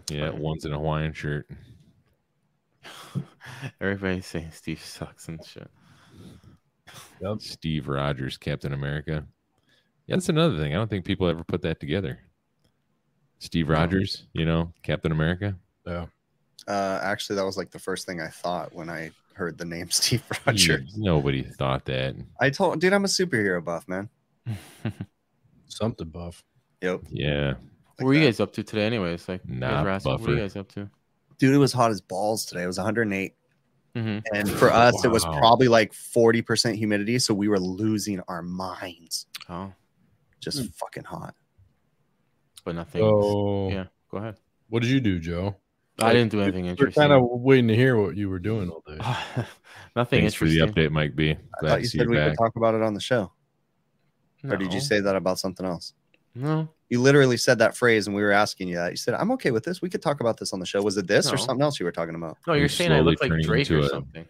Speaker 2: Yeah, one's in a Hawaiian shirt.
Speaker 5: Everybody's saying Steve sucks and shit.
Speaker 4: Yep.
Speaker 2: Steve Rogers, Captain America. Yeah, that's another thing. I don't think people ever put that together. Steve Rogers, you know, Captain America.
Speaker 4: So
Speaker 3: Uh, actually, that was like the first thing I thought when I heard the name Steve Rogers.
Speaker 2: You- Nobody thought that.
Speaker 3: I told, dude, I'm a superhero buff, man.
Speaker 4: something buff.
Speaker 3: Yep.
Speaker 2: Yeah.
Speaker 3: like
Speaker 5: what were you
Speaker 3: that.
Speaker 5: guys up to today, anyways? Like, you guys
Speaker 2: Nah,
Speaker 5: were asking, what were
Speaker 2: buffer.
Speaker 5: you guys up to?
Speaker 3: Dude, it was hot as balls today. It was 108.
Speaker 5: Mm-hmm.
Speaker 3: And for us, it was
Speaker 2: Wow.
Speaker 3: probably like 40% humidity. So we were losing our minds.
Speaker 5: Oh,
Speaker 3: Just
Speaker 2: Hmm.
Speaker 3: fucking hot.
Speaker 5: but nothing.
Speaker 4: So
Speaker 5: yeah, go ahead.
Speaker 4: what did you do, Joe?
Speaker 5: I didn't do anything
Speaker 4: We're
Speaker 5: interesting.
Speaker 4: kind of waiting to hear what you were doing all day.
Speaker 5: nothing
Speaker 2: Thanks for the
Speaker 5: interesting.
Speaker 2: update, Mike B.
Speaker 3: I
Speaker 2: Glad
Speaker 3: thought
Speaker 2: to
Speaker 3: you
Speaker 2: see
Speaker 3: said
Speaker 2: you
Speaker 3: we
Speaker 2: back.
Speaker 3: could talk about it on the show. Or did
Speaker 5: No.
Speaker 3: you say that about something else?
Speaker 5: no?
Speaker 3: You literally said that phrase and we were asking you that. You said, I'm okay with this. We could talk about this on the show. Was it this or
Speaker 5: No.
Speaker 3: something else you were talking about?
Speaker 5: No,
Speaker 2: You're
Speaker 5: you're, saying I
Speaker 2: slowly
Speaker 5: look like
Speaker 2: turning
Speaker 5: Drake
Speaker 2: into
Speaker 5: or
Speaker 2: a-
Speaker 5: something.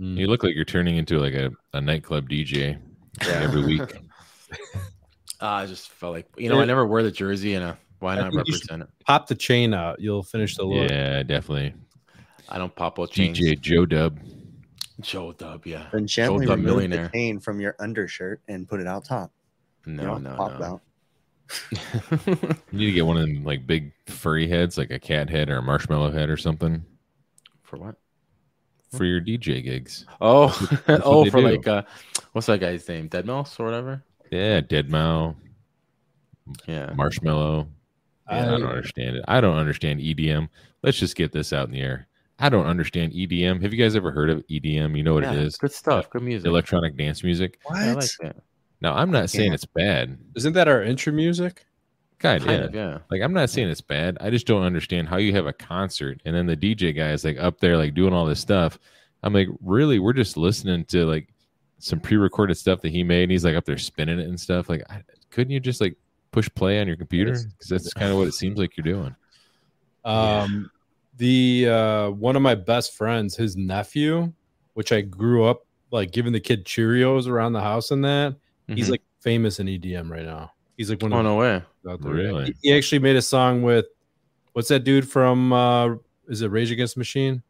Speaker 4: Mm.
Speaker 2: You look like you're turning into like a, a nightclub DJ like,
Speaker 3: Yeah.
Speaker 2: every week.
Speaker 5: Ah, I just felt like you know I never wear the jersey, and uh, why
Speaker 4: I
Speaker 5: not
Speaker 4: think you
Speaker 5: represent it?
Speaker 4: Pop the chain out. You'll finish the look.
Speaker 2: yeah, definitely.
Speaker 5: I don't pop out chains.
Speaker 2: DJ Joe Dub.
Speaker 5: Joe Dub, yeah.
Speaker 3: Then gently
Speaker 5: Dub
Speaker 3: remove the
Speaker 5: Millionaire.
Speaker 3: chain from your undershirt and put it out top. You
Speaker 5: No,
Speaker 3: don't
Speaker 5: no,
Speaker 3: pop
Speaker 5: no.
Speaker 3: out.
Speaker 2: You need to get one of them like big furry heads, like a cat head or a marshmallow head or something
Speaker 5: for what?
Speaker 3: Hmm.
Speaker 2: for your DJ gigs.
Speaker 5: Oh,
Speaker 2: what
Speaker 5: oh,
Speaker 2: they
Speaker 5: for
Speaker 2: do.
Speaker 5: like uh, what's that guy's name? Dead Mouse or whatever.
Speaker 2: Yeah, dead mouse,
Speaker 5: Yeah.
Speaker 2: marshmallow. Yeah, I,
Speaker 4: I-
Speaker 2: don't understand it. I don't understand EDM. Let's just get this out in the air. I don't understand EDM. Have you guys ever heard of EDM? You know what
Speaker 5: yeah,
Speaker 2: it is?
Speaker 5: Good stuff. Good music.
Speaker 2: Electronic dance music.
Speaker 3: What?
Speaker 5: I like that.
Speaker 2: Now, I'm not saying
Speaker 3: Yeah.
Speaker 2: it's bad.
Speaker 4: Isn't that our intro music?
Speaker 2: God,
Speaker 5: Kind
Speaker 2: yeah.
Speaker 5: of, yeah.
Speaker 2: Like I'm not saying it's bad. I just don't understand how you have a concert and then the DJ guy is like up there like doing all this stuff. I'm like, really? We're just listening to like some pre-recorded stuff that he made, and he's like up there spinning it and stuff. Like, I, couldn't you just like push play on your computer? Because that's kind of what it seems like you're doing.
Speaker 4: Um, the uh, one of my best friends, his nephew, which I grew up like giving the kid Cheerios around the house and that.
Speaker 2: Mm-hmm.
Speaker 4: He's
Speaker 5: Mhm.
Speaker 4: like famous in EDM right now. He's like one
Speaker 5: oh
Speaker 4: of
Speaker 5: no way.
Speaker 4: the out there.
Speaker 2: Really?
Speaker 4: He, he actually made a song with what's that dude from? Uh, is it Rage Against the Machine?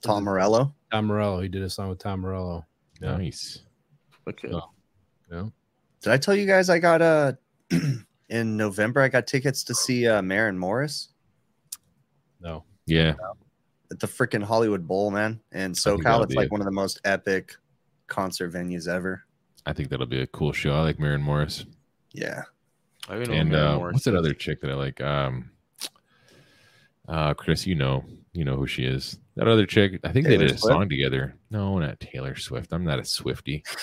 Speaker 3: Tom Morello.
Speaker 4: Tom Morello. He did a song with Tom Morello. Yeah.
Speaker 2: Nice.
Speaker 5: Okay.
Speaker 4: No.
Speaker 3: Did I tell you guys I got uh in November I got tickets to see uh Marin Morris
Speaker 4: No,
Speaker 2: Yeah.
Speaker 3: at the freaking Hollywood Bowl, man. And
Speaker 2: think that'll
Speaker 3: SoCal, it's
Speaker 2: be
Speaker 3: like
Speaker 2: it.
Speaker 3: one of the most epic concert venues ever.
Speaker 2: I think that'll be a cool show. I like Marin Morris.
Speaker 3: Yeah.
Speaker 5: I don't know
Speaker 2: and
Speaker 5: Mary
Speaker 2: uh,
Speaker 5: Morris
Speaker 2: what's that
Speaker 5: is.
Speaker 2: other chick that I like? Um, uh, Chris, you know, you know who she is. That other chick, I think they
Speaker 3: Taylor
Speaker 2: did a
Speaker 3: Swift?
Speaker 2: song together. No, not Taylor Swift. I'm not a Swifty.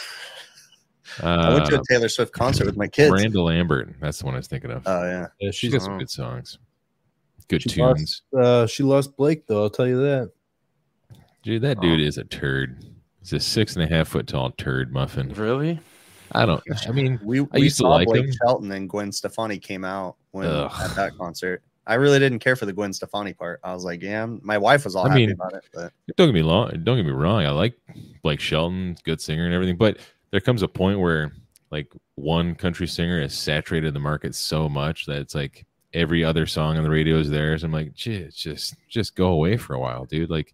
Speaker 3: I went to
Speaker 2: Uh,
Speaker 3: a Taylor Swift concert with my kids.
Speaker 2: Miranda Lambert. That's the one I was thinking of.
Speaker 3: oh yeah.
Speaker 4: Yeah,
Speaker 2: She's
Speaker 4: she's
Speaker 2: got some good songs, good
Speaker 4: She lost.
Speaker 2: tunes.
Speaker 4: uh, she lost Blake though. I'll tell you that.
Speaker 2: Dude,
Speaker 3: Oh.
Speaker 2: that dude is a turd. He's a six and a half foot tall turd muffin.
Speaker 5: Really?
Speaker 2: I don't. I mean,
Speaker 3: We, we
Speaker 2: used to
Speaker 3: saw
Speaker 2: like
Speaker 3: Blake
Speaker 2: him.
Speaker 3: Shelton and Gwen Stefani came out when
Speaker 2: Ugh.
Speaker 3: at that concert. I really didn't care for the Gwen Stefani part. I was like, yeah, my wife was all
Speaker 2: I
Speaker 3: happy
Speaker 2: mean-
Speaker 3: about it, but
Speaker 2: Don't get me wrong. Don't get me wrong. I like Blake Shelton, good singer and everything, but there comes a point where like one country singer has saturated the market so much that it's like every other song on the radio is theirs. I'm like, "Gee, just just go away for a while, dude. Like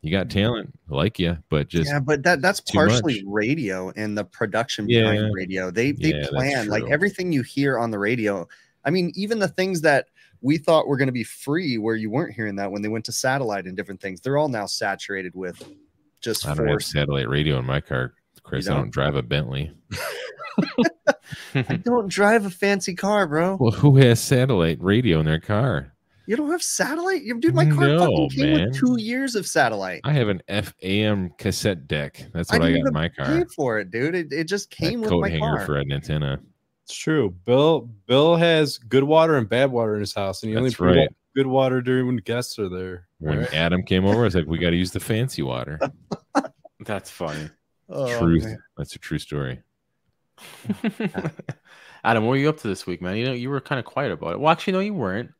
Speaker 2: you got talent, I like you, but just
Speaker 3: yeah, but that that's
Speaker 2: too much.
Speaker 3: partially radio and the production behind
Speaker 2: Yeah.
Speaker 3: radio. They they
Speaker 2: Yeah, that's
Speaker 3: plan like
Speaker 2: true.
Speaker 3: everything you hear on the radio. I mean, even the things that we thought were going to be free, where you weren't hearing that when they went to satellite and different things, they're all now saturated with just
Speaker 2: I don't have
Speaker 3: force.
Speaker 2: satellite radio in my car, Chris. I
Speaker 3: don't?
Speaker 2: don't drive a Bentley.
Speaker 3: I don't drive a fancy car, bro.
Speaker 2: Well, who has satellite radio in their car?
Speaker 3: You don't have satellite, You- dude. My car
Speaker 2: No,
Speaker 3: fucking came
Speaker 2: man.
Speaker 3: with two years of satellite. I,
Speaker 2: I have an FAM cassette deck. That's what
Speaker 3: I
Speaker 2: I, got
Speaker 3: didn't
Speaker 2: in
Speaker 3: even
Speaker 2: my car.
Speaker 3: paid for it, dude. It, it just
Speaker 2: That
Speaker 3: came with
Speaker 2: coat
Speaker 3: my
Speaker 2: hanger
Speaker 3: car.
Speaker 2: for an antenna.
Speaker 4: It's true. Bill Bill has good water and bad water in his house, and he only
Speaker 2: That's
Speaker 4: brings
Speaker 2: right.
Speaker 4: good water during when guests are there.
Speaker 2: When
Speaker 4: Right?
Speaker 2: Adam came over, I was like, "We got to use the fancy water."
Speaker 5: That's funny.
Speaker 3: Oh,
Speaker 2: Truth,
Speaker 3: man.
Speaker 2: that's a true story.
Speaker 5: Adam, what were you up to this week, man? You know, you were kind of quiet about it. Well, actually, no, you weren't.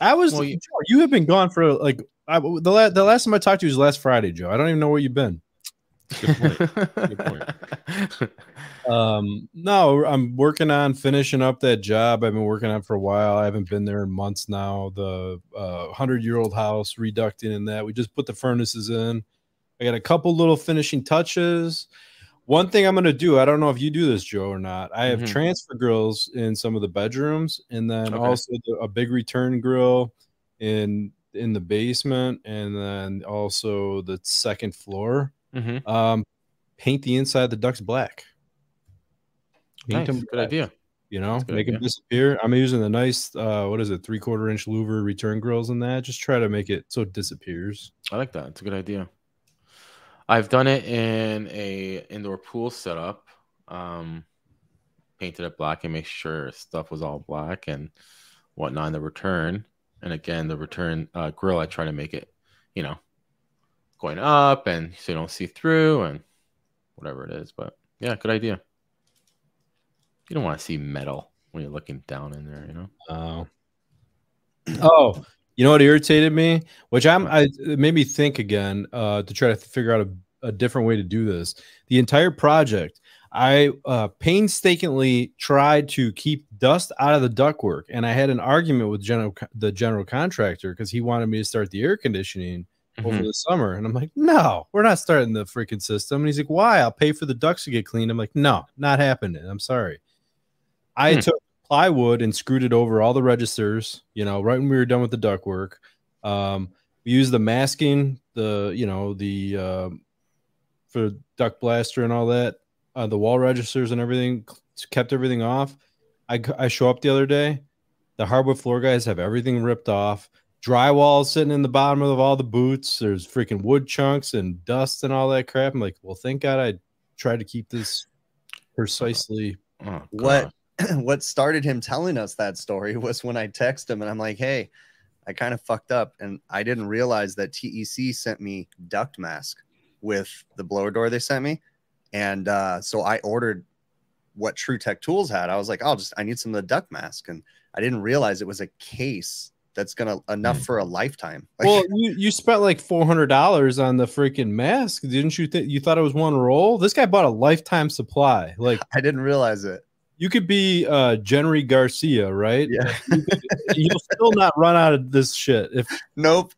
Speaker 4: I was
Speaker 5: Well,
Speaker 4: Joe,
Speaker 5: you-
Speaker 4: you, have been gone for like I, the la- the last time I talked to you was last Friday, Joe. I don't even know where you've been.
Speaker 2: Good point. Good
Speaker 5: point.
Speaker 4: Um, no, I'm working on finishing up that job I've been working on for a while. I haven't been there in months now. The hundred year old house reducting and that we just put the furnaces in. I got a couple little finishing touches. One thing I'm going to do, I don't know if you do this, Joe, or not. I have
Speaker 5: Mhm.
Speaker 4: transfer grills in some of the bedrooms, and then
Speaker 5: Okay.
Speaker 4: also the, a big return grill in in the basement, and then also the second floor.
Speaker 5: Mm-hmm.
Speaker 4: Um, paint the inside of the ducks black.
Speaker 5: Nice.
Speaker 4: them
Speaker 5: Good
Speaker 4: black,
Speaker 5: idea.
Speaker 4: You know,
Speaker 5: That's a good
Speaker 4: make them
Speaker 5: idea.
Speaker 4: disappear. I'm using the nice, uh, what is it, three quarter inch louver return grills in that. Just try to make it so it disappears.
Speaker 5: I like that. It's a good idea. I've done it in a indoor pool setup. Um, painted it black and make sure stuff was all black and whatnot in the return. And again, the return uh, grill, I try to make it, you know, going up and so you don't see through and whatever it is. But yeah, good idea. You don't want to see metal when you're looking down in there, you know.
Speaker 4: Oh. Oh, you know what irritated me? Which I'm I it made me think again uh to try to figure out a, a different way to do this. The entire project, I uh painstakingly tried to keep dust out of the ductwork, and I had an argument with general the general contractor because he wanted me to start the air conditioning over
Speaker 5: Mhm.
Speaker 4: the summer. And I'm like, no, we're not starting the freaking system. And he's like, why? I'll pay for the ducks to get cleaned. I'm like, no, not happening. I'm sorry. I
Speaker 5: Hmm.
Speaker 4: took plywood and screwed it over all the registers, you know, right when we were done with the duck work. Um, we used the masking, the, you know, the, um, for duck blaster and all that, uh, the wall registers and everything kept everything off. I, c- I show up the other day. The hardwood floor guys have everything ripped off drywall sitting in the bottom of all the boots. There's freaking wood chunks and dust and all that crap. I'm like, well, thank God I tried to keep this precisely.
Speaker 5: Oh,
Speaker 3: What
Speaker 5: God.
Speaker 3: what started him telling us that story was when I text him and I'm like, "Hey, I kind of fucked up and I didn't realize that TEC sent me duct mask with the blower door they sent me." And uh, so I ordered what True Tech Tools had. I was like, "I'll just I need some of the duct mask." And I didn't realize it was a case that's going to enough
Speaker 2: Hmm.
Speaker 3: for a lifetime. Like,
Speaker 4: Well, you, you spent like four hundred dollars on the freaking mask, didn't you? Think you thought it was one roll? This guy bought a lifetime supply. Like
Speaker 3: I didn't realize it.
Speaker 4: you could be uh Jenry Garcia, right?
Speaker 3: Yeah.
Speaker 4: You'll still not run out of this shit. If
Speaker 3: nope.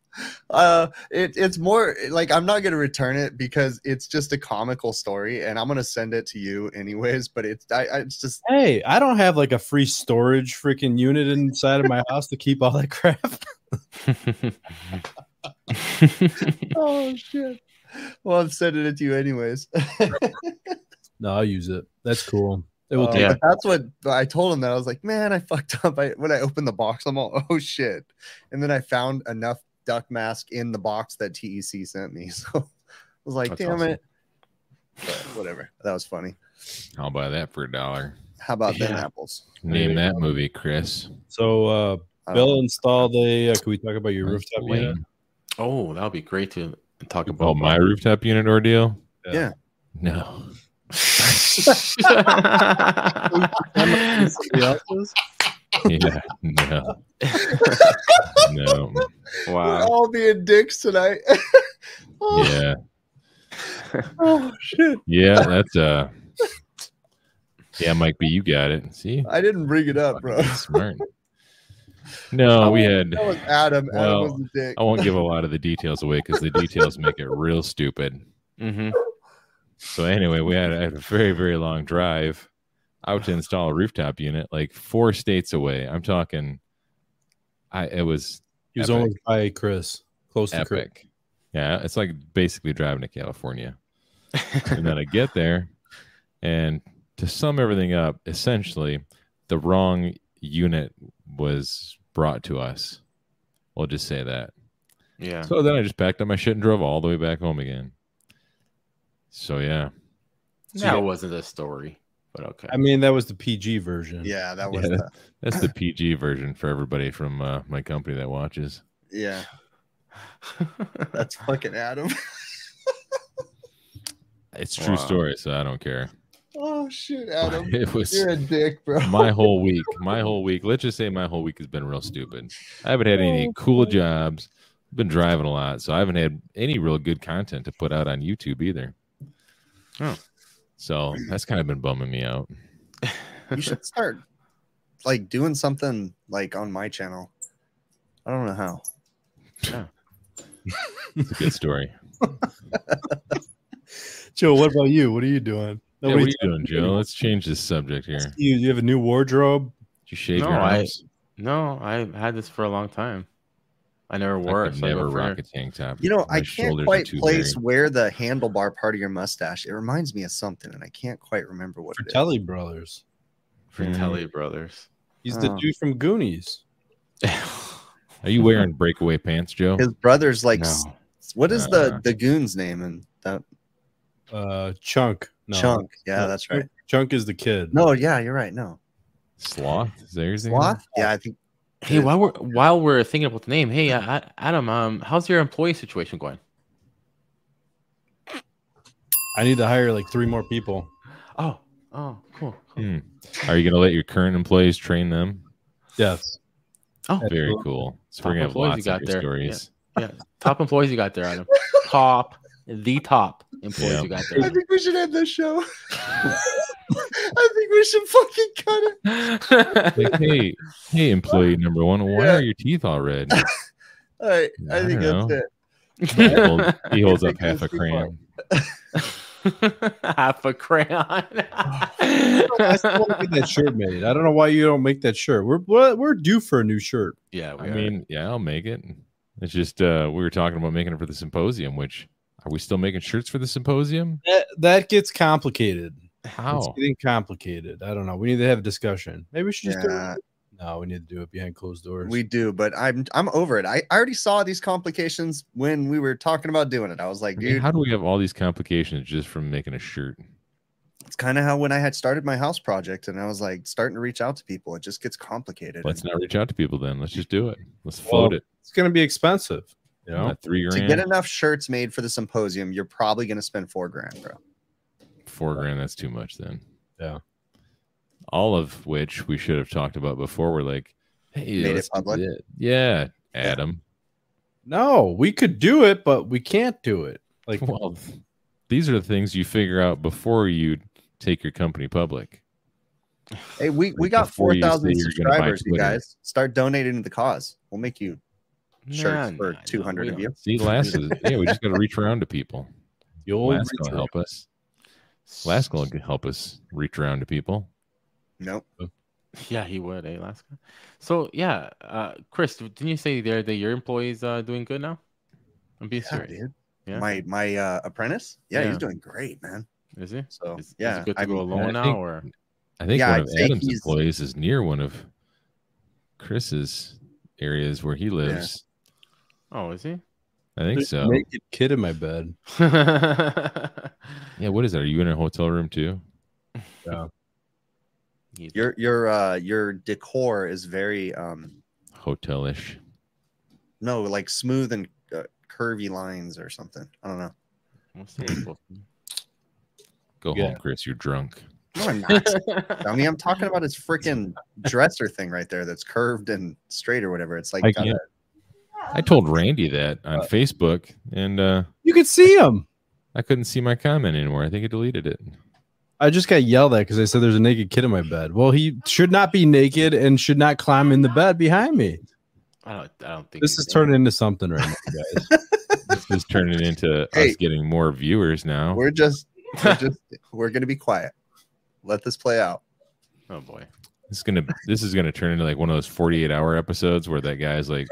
Speaker 3: Uh, it, it's more like I'm not gonna return it because it's just a comical story, and I'm gonna send it to you anyways. But it's I, I it's just
Speaker 4: hey, I don't have like a free storage freaking unit inside of my house to keep all that crap.
Speaker 3: oh shit. Well, I'm sending it to you anyways.
Speaker 4: No, I'll use it. That's cool. It will
Speaker 3: Uh,
Speaker 4: take
Speaker 5: Yeah.
Speaker 3: But that's what I told him. That I was like, man, I fucked up. I when I opened the box, I'm all oh shit, and then I found enough duck mask in the box that TEC sent me. So I was like,
Speaker 5: That's
Speaker 3: damn
Speaker 5: awesome.
Speaker 3: it. But whatever. That was funny.
Speaker 2: I'll buy that for a dollar.
Speaker 3: How about them
Speaker 5: Yeah.
Speaker 3: apples?
Speaker 2: Name that movie, Chris.
Speaker 4: So uh
Speaker 3: I don't
Speaker 4: Bill
Speaker 3: know.
Speaker 4: installed a uh, can we talk about your rooftop unit?
Speaker 2: Lame.
Speaker 5: Oh, that would be great to talk about.
Speaker 2: Oh, my rooftop unit ordeal?
Speaker 4: Yeah.
Speaker 3: Yeah.
Speaker 2: No. Yeah. No. no.
Speaker 3: We're
Speaker 5: wow.
Speaker 3: all being dicks tonight. oh,
Speaker 2: Yeah.
Speaker 3: oh, shit.
Speaker 2: Yeah. That's uh. Yeah, Mike B, you got it. See,
Speaker 3: I didn't bring it up, Uh, bro. Oh,
Speaker 2: Fucking smart. No, we had.
Speaker 3: That was Adam.
Speaker 2: Well,
Speaker 3: Adam was a dick.
Speaker 2: I won't give a lot of the details away because the details make it real stupid.
Speaker 5: Mm-hmm.
Speaker 2: So anyway, we had, I had a very very long drive out to install a rooftop unit, like four states away. I'm talking. I it was
Speaker 4: He was
Speaker 2: Epic.
Speaker 4: owned by Chris, close to Chris.
Speaker 2: epic. Yeah, it's like basically driving to California. and then I get there, and to sum everything up, essentially, the wrong unit was brought to us. We'll just say that.
Speaker 5: Yeah.
Speaker 2: So then I just packed up my shit and drove all the way back home again. So yeah,
Speaker 5: that wasn't a story, but okay.
Speaker 4: I mean, that was the PG version.
Speaker 3: yeah, that
Speaker 2: Yeah,
Speaker 3: was.
Speaker 2: that-
Speaker 3: the-
Speaker 2: that's the PG version for everybody from uh, my company that watches.
Speaker 3: yeah, that's fucking Adam.
Speaker 2: It's true
Speaker 5: Wow.
Speaker 2: story, so I don't care.
Speaker 3: Oh shit, Adam.
Speaker 2: it was
Speaker 3: You're a dick, bro.
Speaker 2: my whole week my whole week let's just say my whole week has been real stupid i haven't had
Speaker 5: Oh,
Speaker 2: any cool jobs been driving a lot so i haven't had any real good content to put out on youtube either
Speaker 5: Oh.
Speaker 2: so that's kind of been bumming me out
Speaker 3: you should start like doing something like on my channel. I don't know how.
Speaker 2: it's a good story
Speaker 4: Joe, what about you? What are you doing?
Speaker 2: Yeah, what are
Speaker 4: Nobody's
Speaker 2: you doing, Joe? Let's change this subject here. Did
Speaker 4: You, you have a new wardrobe.
Speaker 2: you shave
Speaker 5: No,
Speaker 2: your
Speaker 5: I-
Speaker 2: arms?
Speaker 5: No, I had this for a long time. I never
Speaker 2: I,
Speaker 5: wore it.
Speaker 2: could
Speaker 5: so I go
Speaker 2: never
Speaker 5: for-
Speaker 2: rock a tank top.
Speaker 3: You know,
Speaker 2: My
Speaker 3: I can't
Speaker 2: shoulders are
Speaker 3: quite
Speaker 2: too
Speaker 3: place
Speaker 2: hairy.
Speaker 3: where the handlebar part of your mustache. It reminds me of something, and I can't quite remember what it is.
Speaker 4: Fratelli Brothers.
Speaker 5: Fratelli Brothers.
Speaker 4: He's the
Speaker 3: Oh.
Speaker 4: dude from Goonies.
Speaker 2: Are you wearing breakaway pants, Joe?
Speaker 3: His brother's like,
Speaker 5: no.
Speaker 3: s- what is
Speaker 2: Uh.
Speaker 3: the the goon's name and that
Speaker 4: Uh, Chunk. No.
Speaker 3: chunk? Yeah,
Speaker 4: No,
Speaker 3: that's
Speaker 4: Chunk-
Speaker 3: right.
Speaker 4: Chunk is the kid.
Speaker 3: No, yeah, you're right. No,
Speaker 2: Sloth? Is there his name?
Speaker 3: Sloth? Yeah, I think.
Speaker 5: Hey, while we're while we're thinking about the name, hey uh, A- Adam, um, how's your employee situation going?
Speaker 4: I need to hire like three more people.
Speaker 5: Oh, oh, cool. cool.
Speaker 2: Hmm. Are you going to let your current employees train them?
Speaker 4: Yes.
Speaker 5: Oh,
Speaker 2: Very cool. So
Speaker 5: Top
Speaker 2: we're going to have
Speaker 5: employees you
Speaker 2: lots
Speaker 5: got
Speaker 2: of your
Speaker 5: there.
Speaker 2: stories.
Speaker 5: Top employees you got there, Adam. top, the top employees
Speaker 2: Yeah.
Speaker 5: you got there.
Speaker 3: think we should end this show. I think we should fucking cut it.
Speaker 2: Like, hey, hey, employee number one, why
Speaker 3: Yeah.
Speaker 2: are your teeth all red?
Speaker 3: All right,
Speaker 2: I
Speaker 3: I think
Speaker 2: don't
Speaker 3: that's it.
Speaker 2: He holds- he holds up half a
Speaker 3: Because we
Speaker 2: crayon.
Speaker 5: Half a crayon.
Speaker 4: I still want to get that shirt made. I don't know why you don't make that shirt. We're we're, we're due for a new shirt.
Speaker 5: yeah, we
Speaker 2: I
Speaker 5: are.
Speaker 2: mean, yeah, I'll make it. It's just uh we were talking about making it for the symposium, which are we still making shirts for the symposium?
Speaker 4: That, that gets complicated. It's
Speaker 2: How?
Speaker 4: getting complicated. I don't know. We need to have a discussion. Maybe we should just do
Speaker 3: Yeah.
Speaker 4: it. No, we need to do it behind closed doors.
Speaker 3: We do, but I'm I'm over it. I, I already saw these complications when we were talking about doing it. I was like,
Speaker 2: I mean,
Speaker 3: dude,
Speaker 2: how do we have all these complications just from making a shirt?
Speaker 3: it's kind of how when I had started my house project and I was like starting to reach out to people, it just gets complicated.
Speaker 2: Let's not reach out to people then. Let's just do it. Let's float
Speaker 4: Well,
Speaker 2: it.
Speaker 4: it's going to be expensive. You know,
Speaker 2: Uh, three
Speaker 3: to
Speaker 2: grand,
Speaker 3: get enough shirts made for the symposium, you're probably going to spend four grand, bro.
Speaker 2: four grand. That's too much then.
Speaker 4: Yeah.
Speaker 2: All of which we should have talked about before. We're like, hey,
Speaker 3: Made it
Speaker 2: let's do
Speaker 3: public.
Speaker 2: that. Yeah, Adam.
Speaker 4: no, we could do it, but we can't do it. Like,
Speaker 2: Well, these are the things you figure out before you take your company public.
Speaker 3: Hey, we, we
Speaker 2: Like,
Speaker 3: got
Speaker 2: before you
Speaker 3: 4,000
Speaker 2: say you're gonna buy
Speaker 3: subscribers, you
Speaker 2: Twitter.
Speaker 3: guys. Start donating to the cause. We'll make you
Speaker 5: Nah,
Speaker 3: shirts
Speaker 5: nah,
Speaker 3: for
Speaker 5: nah,
Speaker 3: 200
Speaker 5: we
Speaker 3: of
Speaker 5: don't-
Speaker 3: you.
Speaker 2: See, last is, yeah, we just got to reach around to people.
Speaker 4: the old
Speaker 2: Last going
Speaker 4: retro.
Speaker 2: help us. Last going to help us reach around to people.
Speaker 3: Nope.
Speaker 5: Yeah, he would, eh, Alaska? So yeah, uh Chris, didn't you say there that your employees uh doing good now? I'm being
Speaker 3: Yeah,
Speaker 5: serious.
Speaker 3: dude.
Speaker 5: Yeah.
Speaker 3: My my uh, apprentice. Yeah,
Speaker 5: Yeah.
Speaker 3: he's doing great, man.
Speaker 5: Is he?
Speaker 3: So
Speaker 5: Is,
Speaker 3: yeah,
Speaker 5: is it good to
Speaker 3: I
Speaker 5: go
Speaker 3: mean,
Speaker 5: alone
Speaker 2: I
Speaker 5: now
Speaker 2: think-
Speaker 5: or
Speaker 2: I think
Speaker 3: Yeah,
Speaker 2: one
Speaker 3: I'd
Speaker 2: of
Speaker 3: say
Speaker 2: Adam's
Speaker 3: he's-
Speaker 2: employees is near one of Chris's areas where he lives.
Speaker 5: oh is he?
Speaker 2: I think
Speaker 4: There's a
Speaker 2: so.
Speaker 4: naked kid in my bed.
Speaker 2: Yeah, what is that? Are you in a hotel room too?
Speaker 5: He's-
Speaker 3: your your uh, your decor is very um
Speaker 2: Hotelish.
Speaker 3: no like smooth and uh, curvy lines or something. I don't know.
Speaker 5: what's the
Speaker 2: Go
Speaker 4: Yeah.
Speaker 2: home, Chris. You're drunk.
Speaker 3: No, I'm not.
Speaker 5: label?
Speaker 3: I mean, I'm talking about his freaking dresser thing right there that's curved and straight or whatever. It's like uh,
Speaker 2: I
Speaker 3: got
Speaker 2: can't-
Speaker 3: a-
Speaker 2: I told Randy that on Facebook, and uh,
Speaker 4: You could see him.
Speaker 2: I couldn't see my comment anymore. I think I deleted it.
Speaker 4: I just got yelled at because I said there's a naked kid in my bed. Well, he should not be naked and should not climb in the bed behind me.
Speaker 5: I don't I don't think
Speaker 4: This
Speaker 5: he's
Speaker 4: is
Speaker 5: in.
Speaker 4: turning into something right now, guys.
Speaker 2: This is turning into
Speaker 3: Hey.
Speaker 2: us getting more viewers now.
Speaker 3: we're just we're just we're gonna be quiet. Let this play out.
Speaker 5: Oh boy.
Speaker 2: This is gonna this is gonna turn into like one of those 48 hour episodes where that guy's like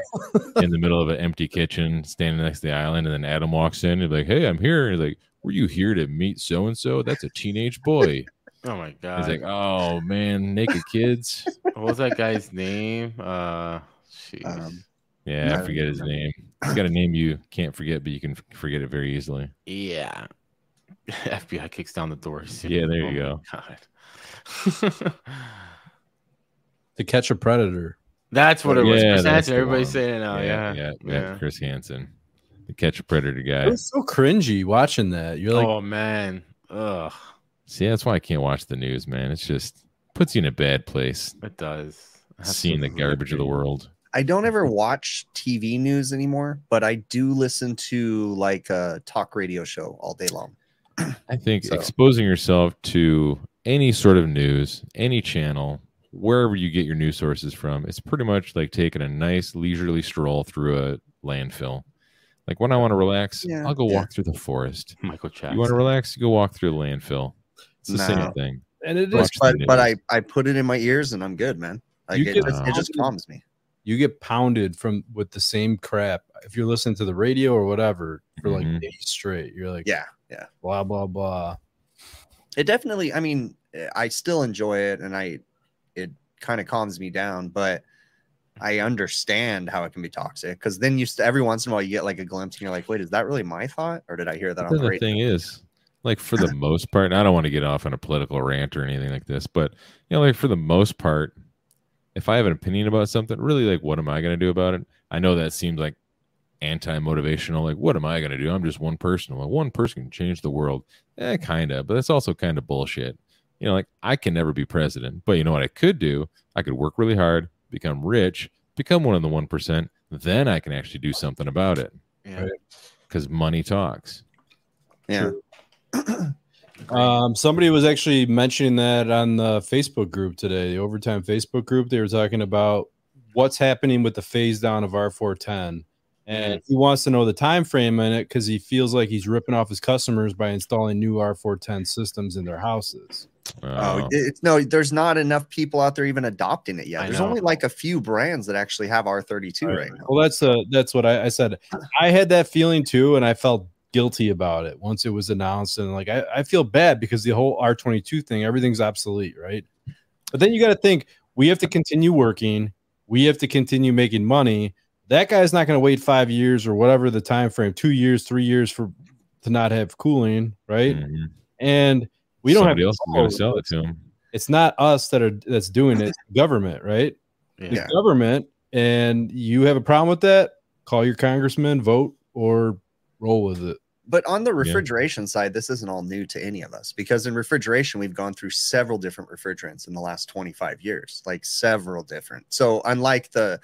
Speaker 2: in the middle of an empty kitchen standing next to the island, and then Adam walks in and like, Hey, I'm here. And he's like, Were you here to meet so and so? That's a teenage boy.
Speaker 5: Oh my
Speaker 2: He's
Speaker 3: Uh,
Speaker 5: god.
Speaker 2: like, Oh man, naked kids.
Speaker 5: what was that guy's name? Uh jeez.
Speaker 3: Um,
Speaker 2: Yeah,
Speaker 3: I
Speaker 2: I
Speaker 3: don't
Speaker 2: forget his
Speaker 3: remember.
Speaker 2: name. He's got a name you can't forget, but you can f- forget it very easily.
Speaker 5: yeah. FBI kicks down the door. soon.
Speaker 2: Yeah, there you
Speaker 5: Oh my God.
Speaker 4: to catch a predator.
Speaker 5: That's what it was.
Speaker 2: Yeah,
Speaker 5: Chris
Speaker 2: that's
Speaker 5: Hansen.
Speaker 2: the
Speaker 5: Everybody's
Speaker 2: one.
Speaker 5: saying it now. Oh, Yeah.
Speaker 2: yeah,
Speaker 5: yeah.
Speaker 2: Chris Hansen, the catch a predator guy.
Speaker 4: It was so cringy watching that. You're like,
Speaker 5: oh man. Ugh.
Speaker 2: See, that's why I can't watch the news, man. It's just puts you in a bad place.
Speaker 5: It does.
Speaker 2: Seeing the
Speaker 5: Absolutely.
Speaker 2: garbage of the world.
Speaker 3: I don't ever watch TV news anymore, but I do listen to like a talk radio show all day long.
Speaker 2: I think
Speaker 3: So-
Speaker 2: exposing yourself to any sort of news, any channel, wherever you get your news sources from, it's pretty much like taking a nice leisurely stroll through a landfill. Like when I want to relax,
Speaker 3: Yeah.
Speaker 2: I'll go
Speaker 3: Yeah.
Speaker 2: walk through the forest.
Speaker 5: Michael Jackson.
Speaker 2: You want to relax, you go walk through the landfill. It's the
Speaker 3: No.
Speaker 2: same thing.
Speaker 4: and it is
Speaker 2: Watch
Speaker 3: But
Speaker 2: the
Speaker 3: but I
Speaker 2: news.
Speaker 3: I put it in my ears and I'm good, man. Like
Speaker 4: You
Speaker 3: it,
Speaker 4: get-
Speaker 3: just, it just calms me.
Speaker 4: you get pounded from with the same crap if you're listening to the radio or whatever for like
Speaker 2: Mhm.
Speaker 4: days straight. You're like,
Speaker 3: Yeah, yeah.
Speaker 4: blah blah blah.
Speaker 3: It definitely. I mean, I still enjoy it, and I it kind of calms me down, but. I understand how it can be toxic because then you st- every once in a while you get like a glimpse and you're like, wait, is that really my thought or did I hear that
Speaker 2: But
Speaker 3: on
Speaker 2: then
Speaker 3: the
Speaker 2: the
Speaker 3: radio?
Speaker 2: thing is, like for the most part, and I don't want to get off on a political rant or anything like this, but you know, like for the most part, if I have an opinion about something, really, like what am I going to do about it? I know that seems like anti-motivational. Like, what am I going to do? I'm just one person. Well, one person can change the world. Eh, kind of, but that's also kind of bullshit. You know, like I can never be president, but you know what I could do? I could work really hard, become rich, become one of the one percent. Then I can actually do something about it
Speaker 5: Yeah.
Speaker 4: Right.
Speaker 2: because money talks.
Speaker 3: Yeah,
Speaker 4: Um, somebody was actually mentioning that on the Facebook group today, the overtime Facebook group. They were talking about what's happening with the phase down of R four ten, and he wants to know the time frame in it because he feels like he's ripping off his customers by installing new R four ten systems in their houses.
Speaker 3: Oh,
Speaker 2: Uh,
Speaker 3: it- it's no, there's not enough people out there even adopting it yet.
Speaker 5: I
Speaker 3: There's
Speaker 5: know.
Speaker 3: only like a few brands that actually have R32 right, now.
Speaker 4: Well, that's uh that's what I, I said. I had that feeling too, and I felt guilty about it once it was announced. And like I, I feel bad because the whole R twenty two thing, everything's obsolete, right? But then you got to think we have to continue working, we have to continue making money. That guy's not going to wait five years or whatever the time frame, two years, three years for to not have cooling, right?
Speaker 2: mhm.
Speaker 4: And we don't
Speaker 2: Somebody
Speaker 4: have
Speaker 2: else is going to sell it to him.
Speaker 4: it's not us that are that's doing it, it's the government, right?
Speaker 5: Yeah.
Speaker 4: The government, and you have a problem with that, call your congressman, vote, or roll with it.
Speaker 3: But on the refrigeration side, this isn't all new to any of us because in refrigeration, we've gone through several different refrigerants in the last 25 years, like several different. So unlike the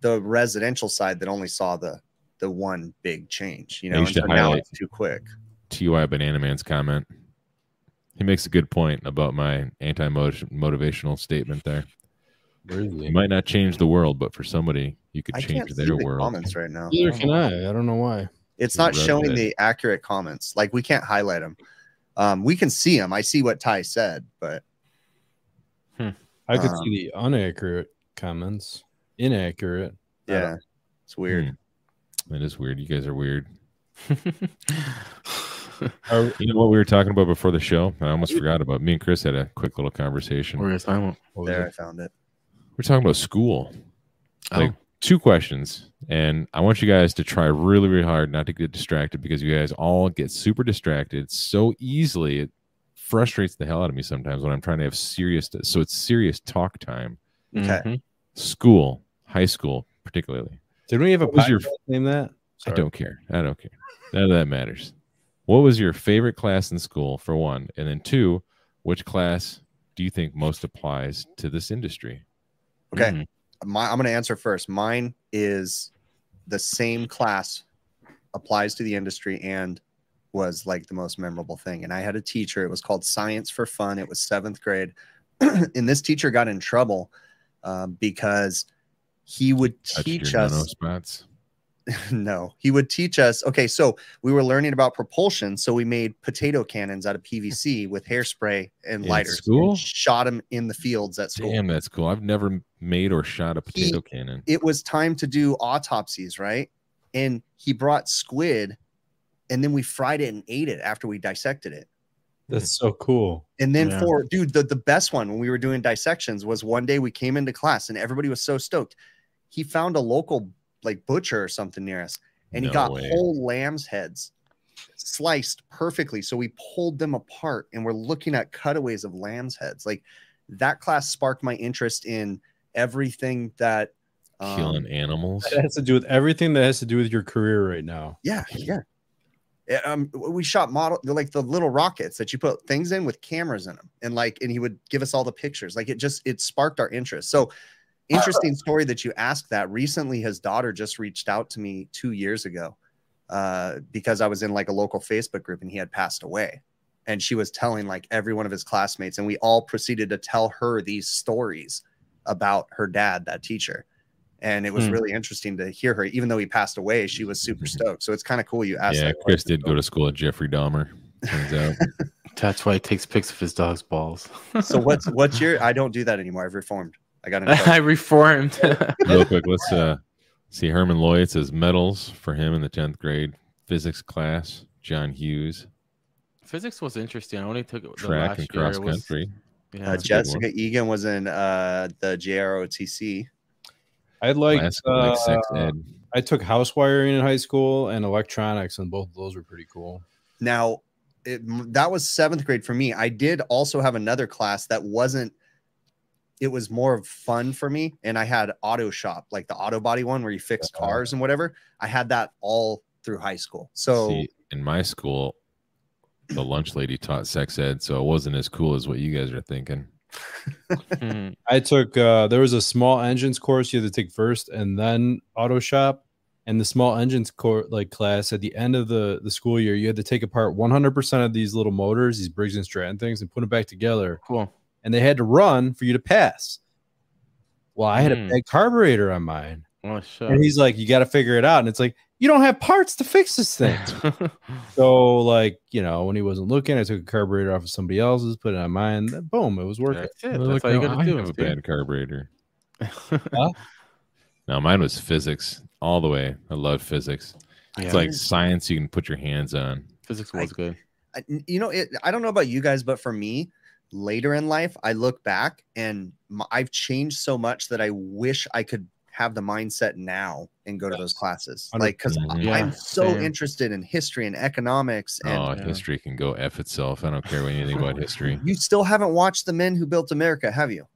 Speaker 3: the residential side that only saw the the one big change, you
Speaker 2: I
Speaker 3: know, and
Speaker 2: used to
Speaker 3: so now
Speaker 2: highlight-
Speaker 3: it's too quick.
Speaker 2: Ty Banana Man's comment. He makes a good point about my anti-motivational statement there. You might not change the world, but for somebody, you could
Speaker 3: I can't
Speaker 2: change
Speaker 3: see
Speaker 2: their
Speaker 3: the
Speaker 2: world.
Speaker 3: comments right now.
Speaker 4: Neither can I. I don't know why.
Speaker 3: It's not
Speaker 2: Right.
Speaker 3: showing the accurate comments. Like we can't highlight them. Um, we can see them. I see what Ty said, but
Speaker 4: I could
Speaker 3: Um,
Speaker 4: see the inaccurate comments. Inaccurate. I don't-
Speaker 3: yeah, uh, it's weird.
Speaker 2: Hmm. That is weird. You guys are weird.
Speaker 4: Are-
Speaker 2: You know what we were talking about before the show? I almost forgot about. Me and Chris had a quick little conversation.
Speaker 5: Where is time?
Speaker 4: what was
Speaker 3: There, I
Speaker 4: it?
Speaker 3: found it.
Speaker 2: We're talking about school. Oh. Like two questions, and I want you guys to try really, really hard not to get distracted because you guys all get super distracted so easily. It frustrates the hell out of me sometimes when I'm trying to have serious. So it's serious talk time.
Speaker 5: Oh. Mm-hmm.
Speaker 3: okay.
Speaker 2: School, high school, particularly.
Speaker 4: Did we have a
Speaker 2: What was
Speaker 4: podcast
Speaker 2: your-
Speaker 4: name that?
Speaker 2: I don't care. I don't care. None of that matters. What was your favorite class in school for one, and then two, which class do you think most applies to this industry?
Speaker 3: Okay.
Speaker 5: Mm-hmm.
Speaker 3: my I'm gonna answer first. Mine is the same class applies to the industry and was like the most memorable thing. And I had a teacher, it was called Science for Fun. It was seventh grade. and this teacher got in trouble um, because he would
Speaker 2: Touched
Speaker 3: teach
Speaker 2: your
Speaker 3: us
Speaker 2: nano spots.
Speaker 3: no, he would teach us. Okay, so we were learning about propulsion, so we made potato cannons out of PVC with hairspray and
Speaker 2: In
Speaker 3: lighters. and
Speaker 2: school?
Speaker 3: shot them in the fields at school.
Speaker 2: Damn, that's cool. I've never m- made or shot a potato cannon.
Speaker 3: It was time to do autopsies, right? And he brought squid, and then we fried it and ate it after we dissected it.
Speaker 4: That's
Speaker 2: Hmm.
Speaker 4: so cool.
Speaker 3: And then
Speaker 5: Yeah.
Speaker 3: for dude, the, the best one when we were doing dissections was one day we came into class and everybody was so stoked. He found a local like butcher or something near us, and
Speaker 2: No
Speaker 3: he got
Speaker 2: way.
Speaker 3: whole lamb's heads sliced perfectly. So we pulled them apart and we're looking at cutaways of lamb's heads. Like that class sparked my interest in everything that um,
Speaker 2: killing animals.
Speaker 4: That has to do with everything that has to do with your career right now.
Speaker 3: Yeah, yeah. Yeah, Um, we shot model like the little rockets that you put things in with cameras in them, and like, and he would give us all the pictures. Like, it just it sparked our interest. So, interesting story that you asked. That recently, his daughter just reached out to me two years ago, uh, because I was in like a local Facebook group and he had passed away, and she was telling like every one of his classmates, and we all proceeded to tell her these stories about her dad, that teacher, and it was
Speaker 4: Hmm.
Speaker 3: really interesting to hear her. Even though he passed away, she was super stoked. So it's kind of cool you asked.
Speaker 2: Yeah,
Speaker 3: that
Speaker 2: Chris
Speaker 3: question.
Speaker 2: did go to school at Jeffrey Dahmer. Turns out.
Speaker 5: That's why he takes pics of his dog's balls.
Speaker 3: So what's what's your? I don't do that anymore. I've reformed. I got. in trouble.
Speaker 5: I reformed.
Speaker 2: Real quick, let's uh, see. Herman Lloyd says medals for him in the tenth grade physics class. John Hughes,
Speaker 5: Physics was interesting. I only took it the
Speaker 2: track
Speaker 5: last
Speaker 2: and
Speaker 5: year.
Speaker 2: cross
Speaker 5: It was-
Speaker 2: country. a
Speaker 3: Uh,
Speaker 5: yeah.
Speaker 2: good one.
Speaker 3: Jessica Egan was in uh, the JROTC.
Speaker 4: I like
Speaker 2: Last,
Speaker 4: uh,
Speaker 2: like sex ed.
Speaker 4: I took house wiring in high school and electronics, and both of those were pretty cool.
Speaker 3: Now, it, m- that was seventh grade for me. I did also have another class that wasn't. It was more of fun for me, and I had auto shop, like the auto body one, where you fix
Speaker 4: Uh-huh.
Speaker 3: cars and whatever. I had that all through high school. So
Speaker 2: See, in my school, the lunch lady taught sex ed, so it wasn't as cool as what you guys are thinking.
Speaker 5: Mhm.
Speaker 4: I took uh, there was a small engines course you had to take first, and then auto shop, and the small engines course like class at the end of the the school year, you had to take apart 100 percent of these little motors, these Briggs and Stratton things, and put them back together,
Speaker 5: Cool.
Speaker 4: and they had to run for you to pass. Well, I had
Speaker 5: Hmm.
Speaker 4: a bad carburetor on mine,
Speaker 5: Oh shit.
Speaker 4: and he's like, "You got to figure it out," and it's like, "You don't have parts to fix this thing." So, like, you know, when he wasn't looking, I took a carburetor off of somebody else's, put it on mine, then boom, it was working.
Speaker 5: That's it.
Speaker 2: They're like,
Speaker 5: That's all you
Speaker 2: "No,
Speaker 5: gotta
Speaker 2: I
Speaker 5: do.
Speaker 2: have a
Speaker 5: dude."
Speaker 2: bad carburetor.
Speaker 4: Huh?
Speaker 2: Now mine was physics all the way. I love physics.
Speaker 5: Yeah,
Speaker 2: It's like science you can put your hands on.
Speaker 5: physics
Speaker 3: I-
Speaker 5: was good.
Speaker 3: I- you know, it, I don't know about you guys, but for me, later in life, I look back and m I've changed so much that I wish I could have the mindset now and go to those classes.
Speaker 4: Hundred
Speaker 3: Like, because
Speaker 2: percent.
Speaker 5: Yeah,
Speaker 3: I'm so
Speaker 5: same.
Speaker 3: interested in history and economics. And
Speaker 2: oh,
Speaker 5: yeah.
Speaker 2: history can go f itself. I don't care anything about history.
Speaker 3: you still haven't watched The Men Who Built America, have you?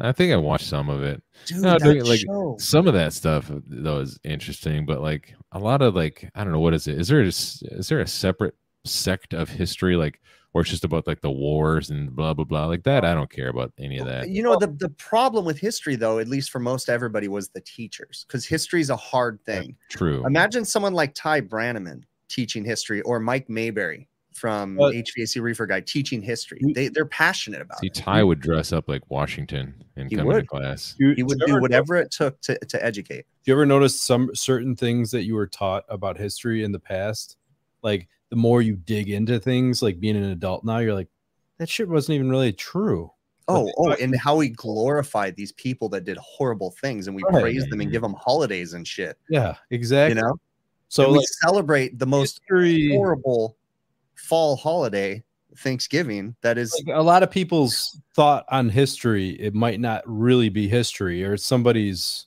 Speaker 2: I think I watched some of it.
Speaker 3: Dude,
Speaker 2: No,
Speaker 3: that
Speaker 2: dude, like,
Speaker 3: show.
Speaker 2: Some of that stuff uh, though is interesting, but like a lot of like I don't know what is it. Is there a, s- is there a separate sect of history like where it's just about like the wars and blah blah blah like that? I don't care about any of that.
Speaker 3: You know, the, the problem with history, though, at least for most everybody, was the teachers, because history is a hard thing.
Speaker 2: True.
Speaker 3: Imagine someone like Ty Brannaman teaching history or Mike Mayberry from
Speaker 4: But-
Speaker 3: HVAC Reefer Guy teaching history.
Speaker 4: You-
Speaker 3: They, they're passionate about
Speaker 2: See,
Speaker 3: it.
Speaker 2: Ty would dress up like Washington and
Speaker 3: He
Speaker 2: come into
Speaker 3: would.
Speaker 2: class.
Speaker 3: He would do whatever it took to, to educate.
Speaker 4: Do you ever notice some certain things that you were taught about history in the past? Like the more you dig into things, like being an adult now, you're like, that shit wasn't even really true.
Speaker 3: Oh,
Speaker 4: they-
Speaker 3: oh, and how he glorified these people that did horrible things and we
Speaker 4: Right.
Speaker 3: praise them and give them holidays and shit.
Speaker 4: Yeah, exactly.
Speaker 3: You know,
Speaker 4: so
Speaker 3: And we
Speaker 4: like
Speaker 3: celebrate the most
Speaker 4: history,
Speaker 3: horrible fall holiday, Thanksgiving, that is
Speaker 4: like, a lot of people's thought on history, it might not really be history, or it's somebody's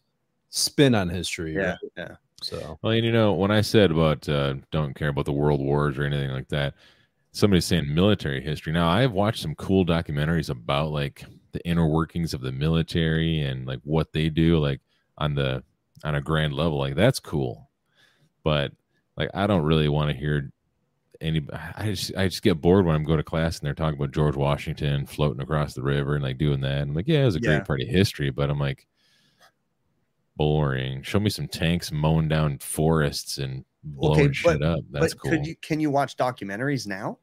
Speaker 4: spin on history.
Speaker 3: Yeah,
Speaker 4: right?
Speaker 3: yeah.
Speaker 4: So
Speaker 2: Well, and you know, when I said about uh, don't care about the world wars or anything like that, somebody's saying military history. Now, I've watched some cool documentaries about like the inner workings of the military and like what they do, like on the on a grand level. Like that's cool, but like I don't really want to hear any. I just I just get bored when I'm going to class and they're talking about George Washington floating across the river and like doing that. I'm like, yeah, it was a
Speaker 3: Yeah.
Speaker 2: great part of history, but I'm like boring. Show me some tanks mowing down forests and blowing
Speaker 3: Okay,
Speaker 2: shit up. That's
Speaker 3: but
Speaker 2: cool.
Speaker 3: could you can you watch documentaries now?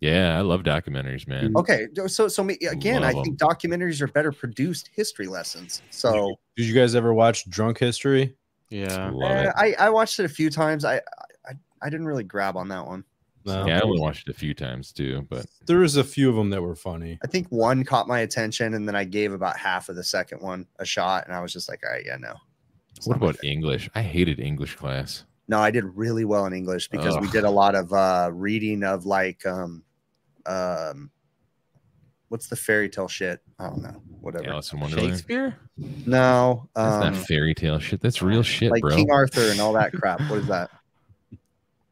Speaker 2: yeah, I love documentaries, man.
Speaker 3: Okay, so so me, again, I
Speaker 2: Mm. Love
Speaker 3: think documentaries are better produced history lessons. So
Speaker 4: did you guys ever watch Drunk History?
Speaker 5: Yeah.
Speaker 2: Love
Speaker 3: eh,
Speaker 2: it.
Speaker 3: I I watched it a few times. I, I I didn't really grab on that one.
Speaker 4: No.
Speaker 2: yeah, I only watched it a few times too, but
Speaker 4: There was a few of them that were funny.
Speaker 3: I think one caught my attention, and then I gave about half of the second one a shot, and I was just like, all right, yeah, no. It's
Speaker 2: what
Speaker 3: not my
Speaker 2: about
Speaker 3: thing."
Speaker 2: English? I hated English class.
Speaker 3: No, I did really well in English because we
Speaker 2: Ugh.
Speaker 3: did a lot of uh, reading of like um um what's the fairy tale shit? I don't know, whatever.
Speaker 2: Alice in Wonderland.
Speaker 5: Shakespeare?
Speaker 3: No,
Speaker 2: That's
Speaker 3: um,
Speaker 2: not fairy tale shit. That's real shit,
Speaker 3: like
Speaker 2: bro.
Speaker 3: King Arthur and all that crap. What is that?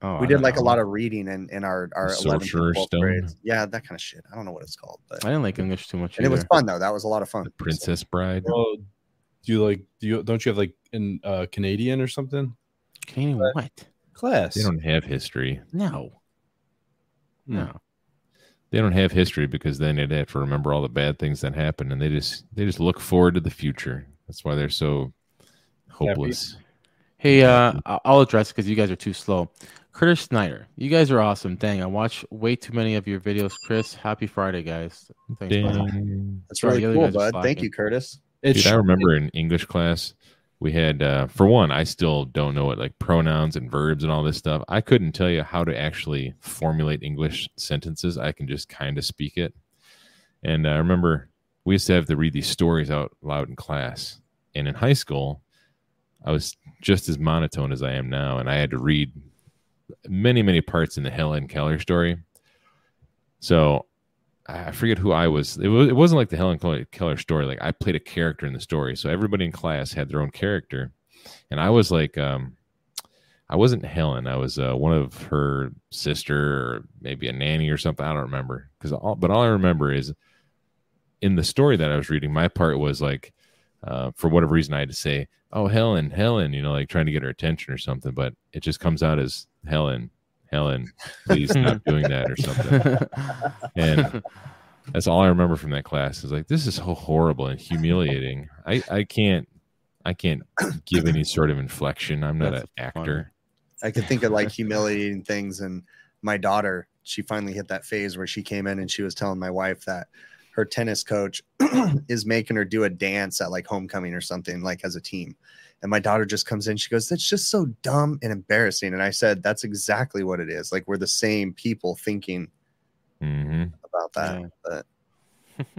Speaker 5: Oh,
Speaker 3: we did like a lot of reading in, in our our 11th
Speaker 2: Sorcerer's
Speaker 3: and 12th
Speaker 2: Stone.
Speaker 3: grades. Yeah, that kind of shit. I don't know what it's called, but
Speaker 5: I didn't like English too much.
Speaker 3: and it was
Speaker 5: either.
Speaker 3: fun though. That was a lot of fun.
Speaker 2: The Princess Bride.
Speaker 4: Well, Oh, do you like do you don't you have like an uh Canadian or something
Speaker 5: Canadian
Speaker 4: But-
Speaker 5: what?
Speaker 4: class?
Speaker 2: They don't have history.
Speaker 5: No. No.
Speaker 2: They don't have history because then they'd have to remember all the bad things that happened, and they just they just look forward to the future. That's why they're so hopeless.
Speaker 5: Hey, uh, I- I'll address because you guys are too slow. Curtis Snyder, you guys are awesome. Dang, I watch way too many of your videos. Chris, happy Friday, guys. Thanks. bud.
Speaker 2: Dang.
Speaker 3: That's
Speaker 5: Sorry,
Speaker 3: really
Speaker 5: the other
Speaker 3: cool,
Speaker 5: guys
Speaker 3: bud.
Speaker 5: are
Speaker 3: Thank
Speaker 5: slacking.
Speaker 3: you, Curtis.
Speaker 4: It's
Speaker 2: Dude, I remember in English class, we had uh, for one i still don't know what like pronouns and verbs and all this stuff i couldn't tell you how to actually formulate english sentences i can just kind of speak it and i remember we used to have to read these stories out loud in class and in high school i was just as monotone as i am now and i had to read many many parts in the helen keller story so I forget who I was. It, was, it wasn't like the Helen Keller- Keller story. Like I played a character in the story, so everybody in class had their own character, and I was like, um, I wasn't Helen. I was uh, one of her sister, or maybe a nanny or something. I don't remember. Because all, but all I remember is in the story that I was reading, my part was like, uh, for whatever reason, I had to say, "Oh, Helen, Helen," you know, like trying to get her attention or something. But it just comes out as Helen, Helen. Please stop doing that or something. And that's all I remember from that class. Is like this is so horrible and humiliating. I I can't I can't give any sort of inflection. I'm not
Speaker 5: That's
Speaker 2: an actor.
Speaker 3: I could think of like humiliating things. And my daughter, she finally hit that phase where she came in and she was telling my wife that her tennis coach is making her do a dance at like homecoming or something, like as a team. And my daughter just comes in, she goes, That's just so dumb and embarrassing. And I said, That's exactly what it is. Like we're the same people thinking
Speaker 2: hmm
Speaker 3: about that.
Speaker 5: Yeah.
Speaker 3: But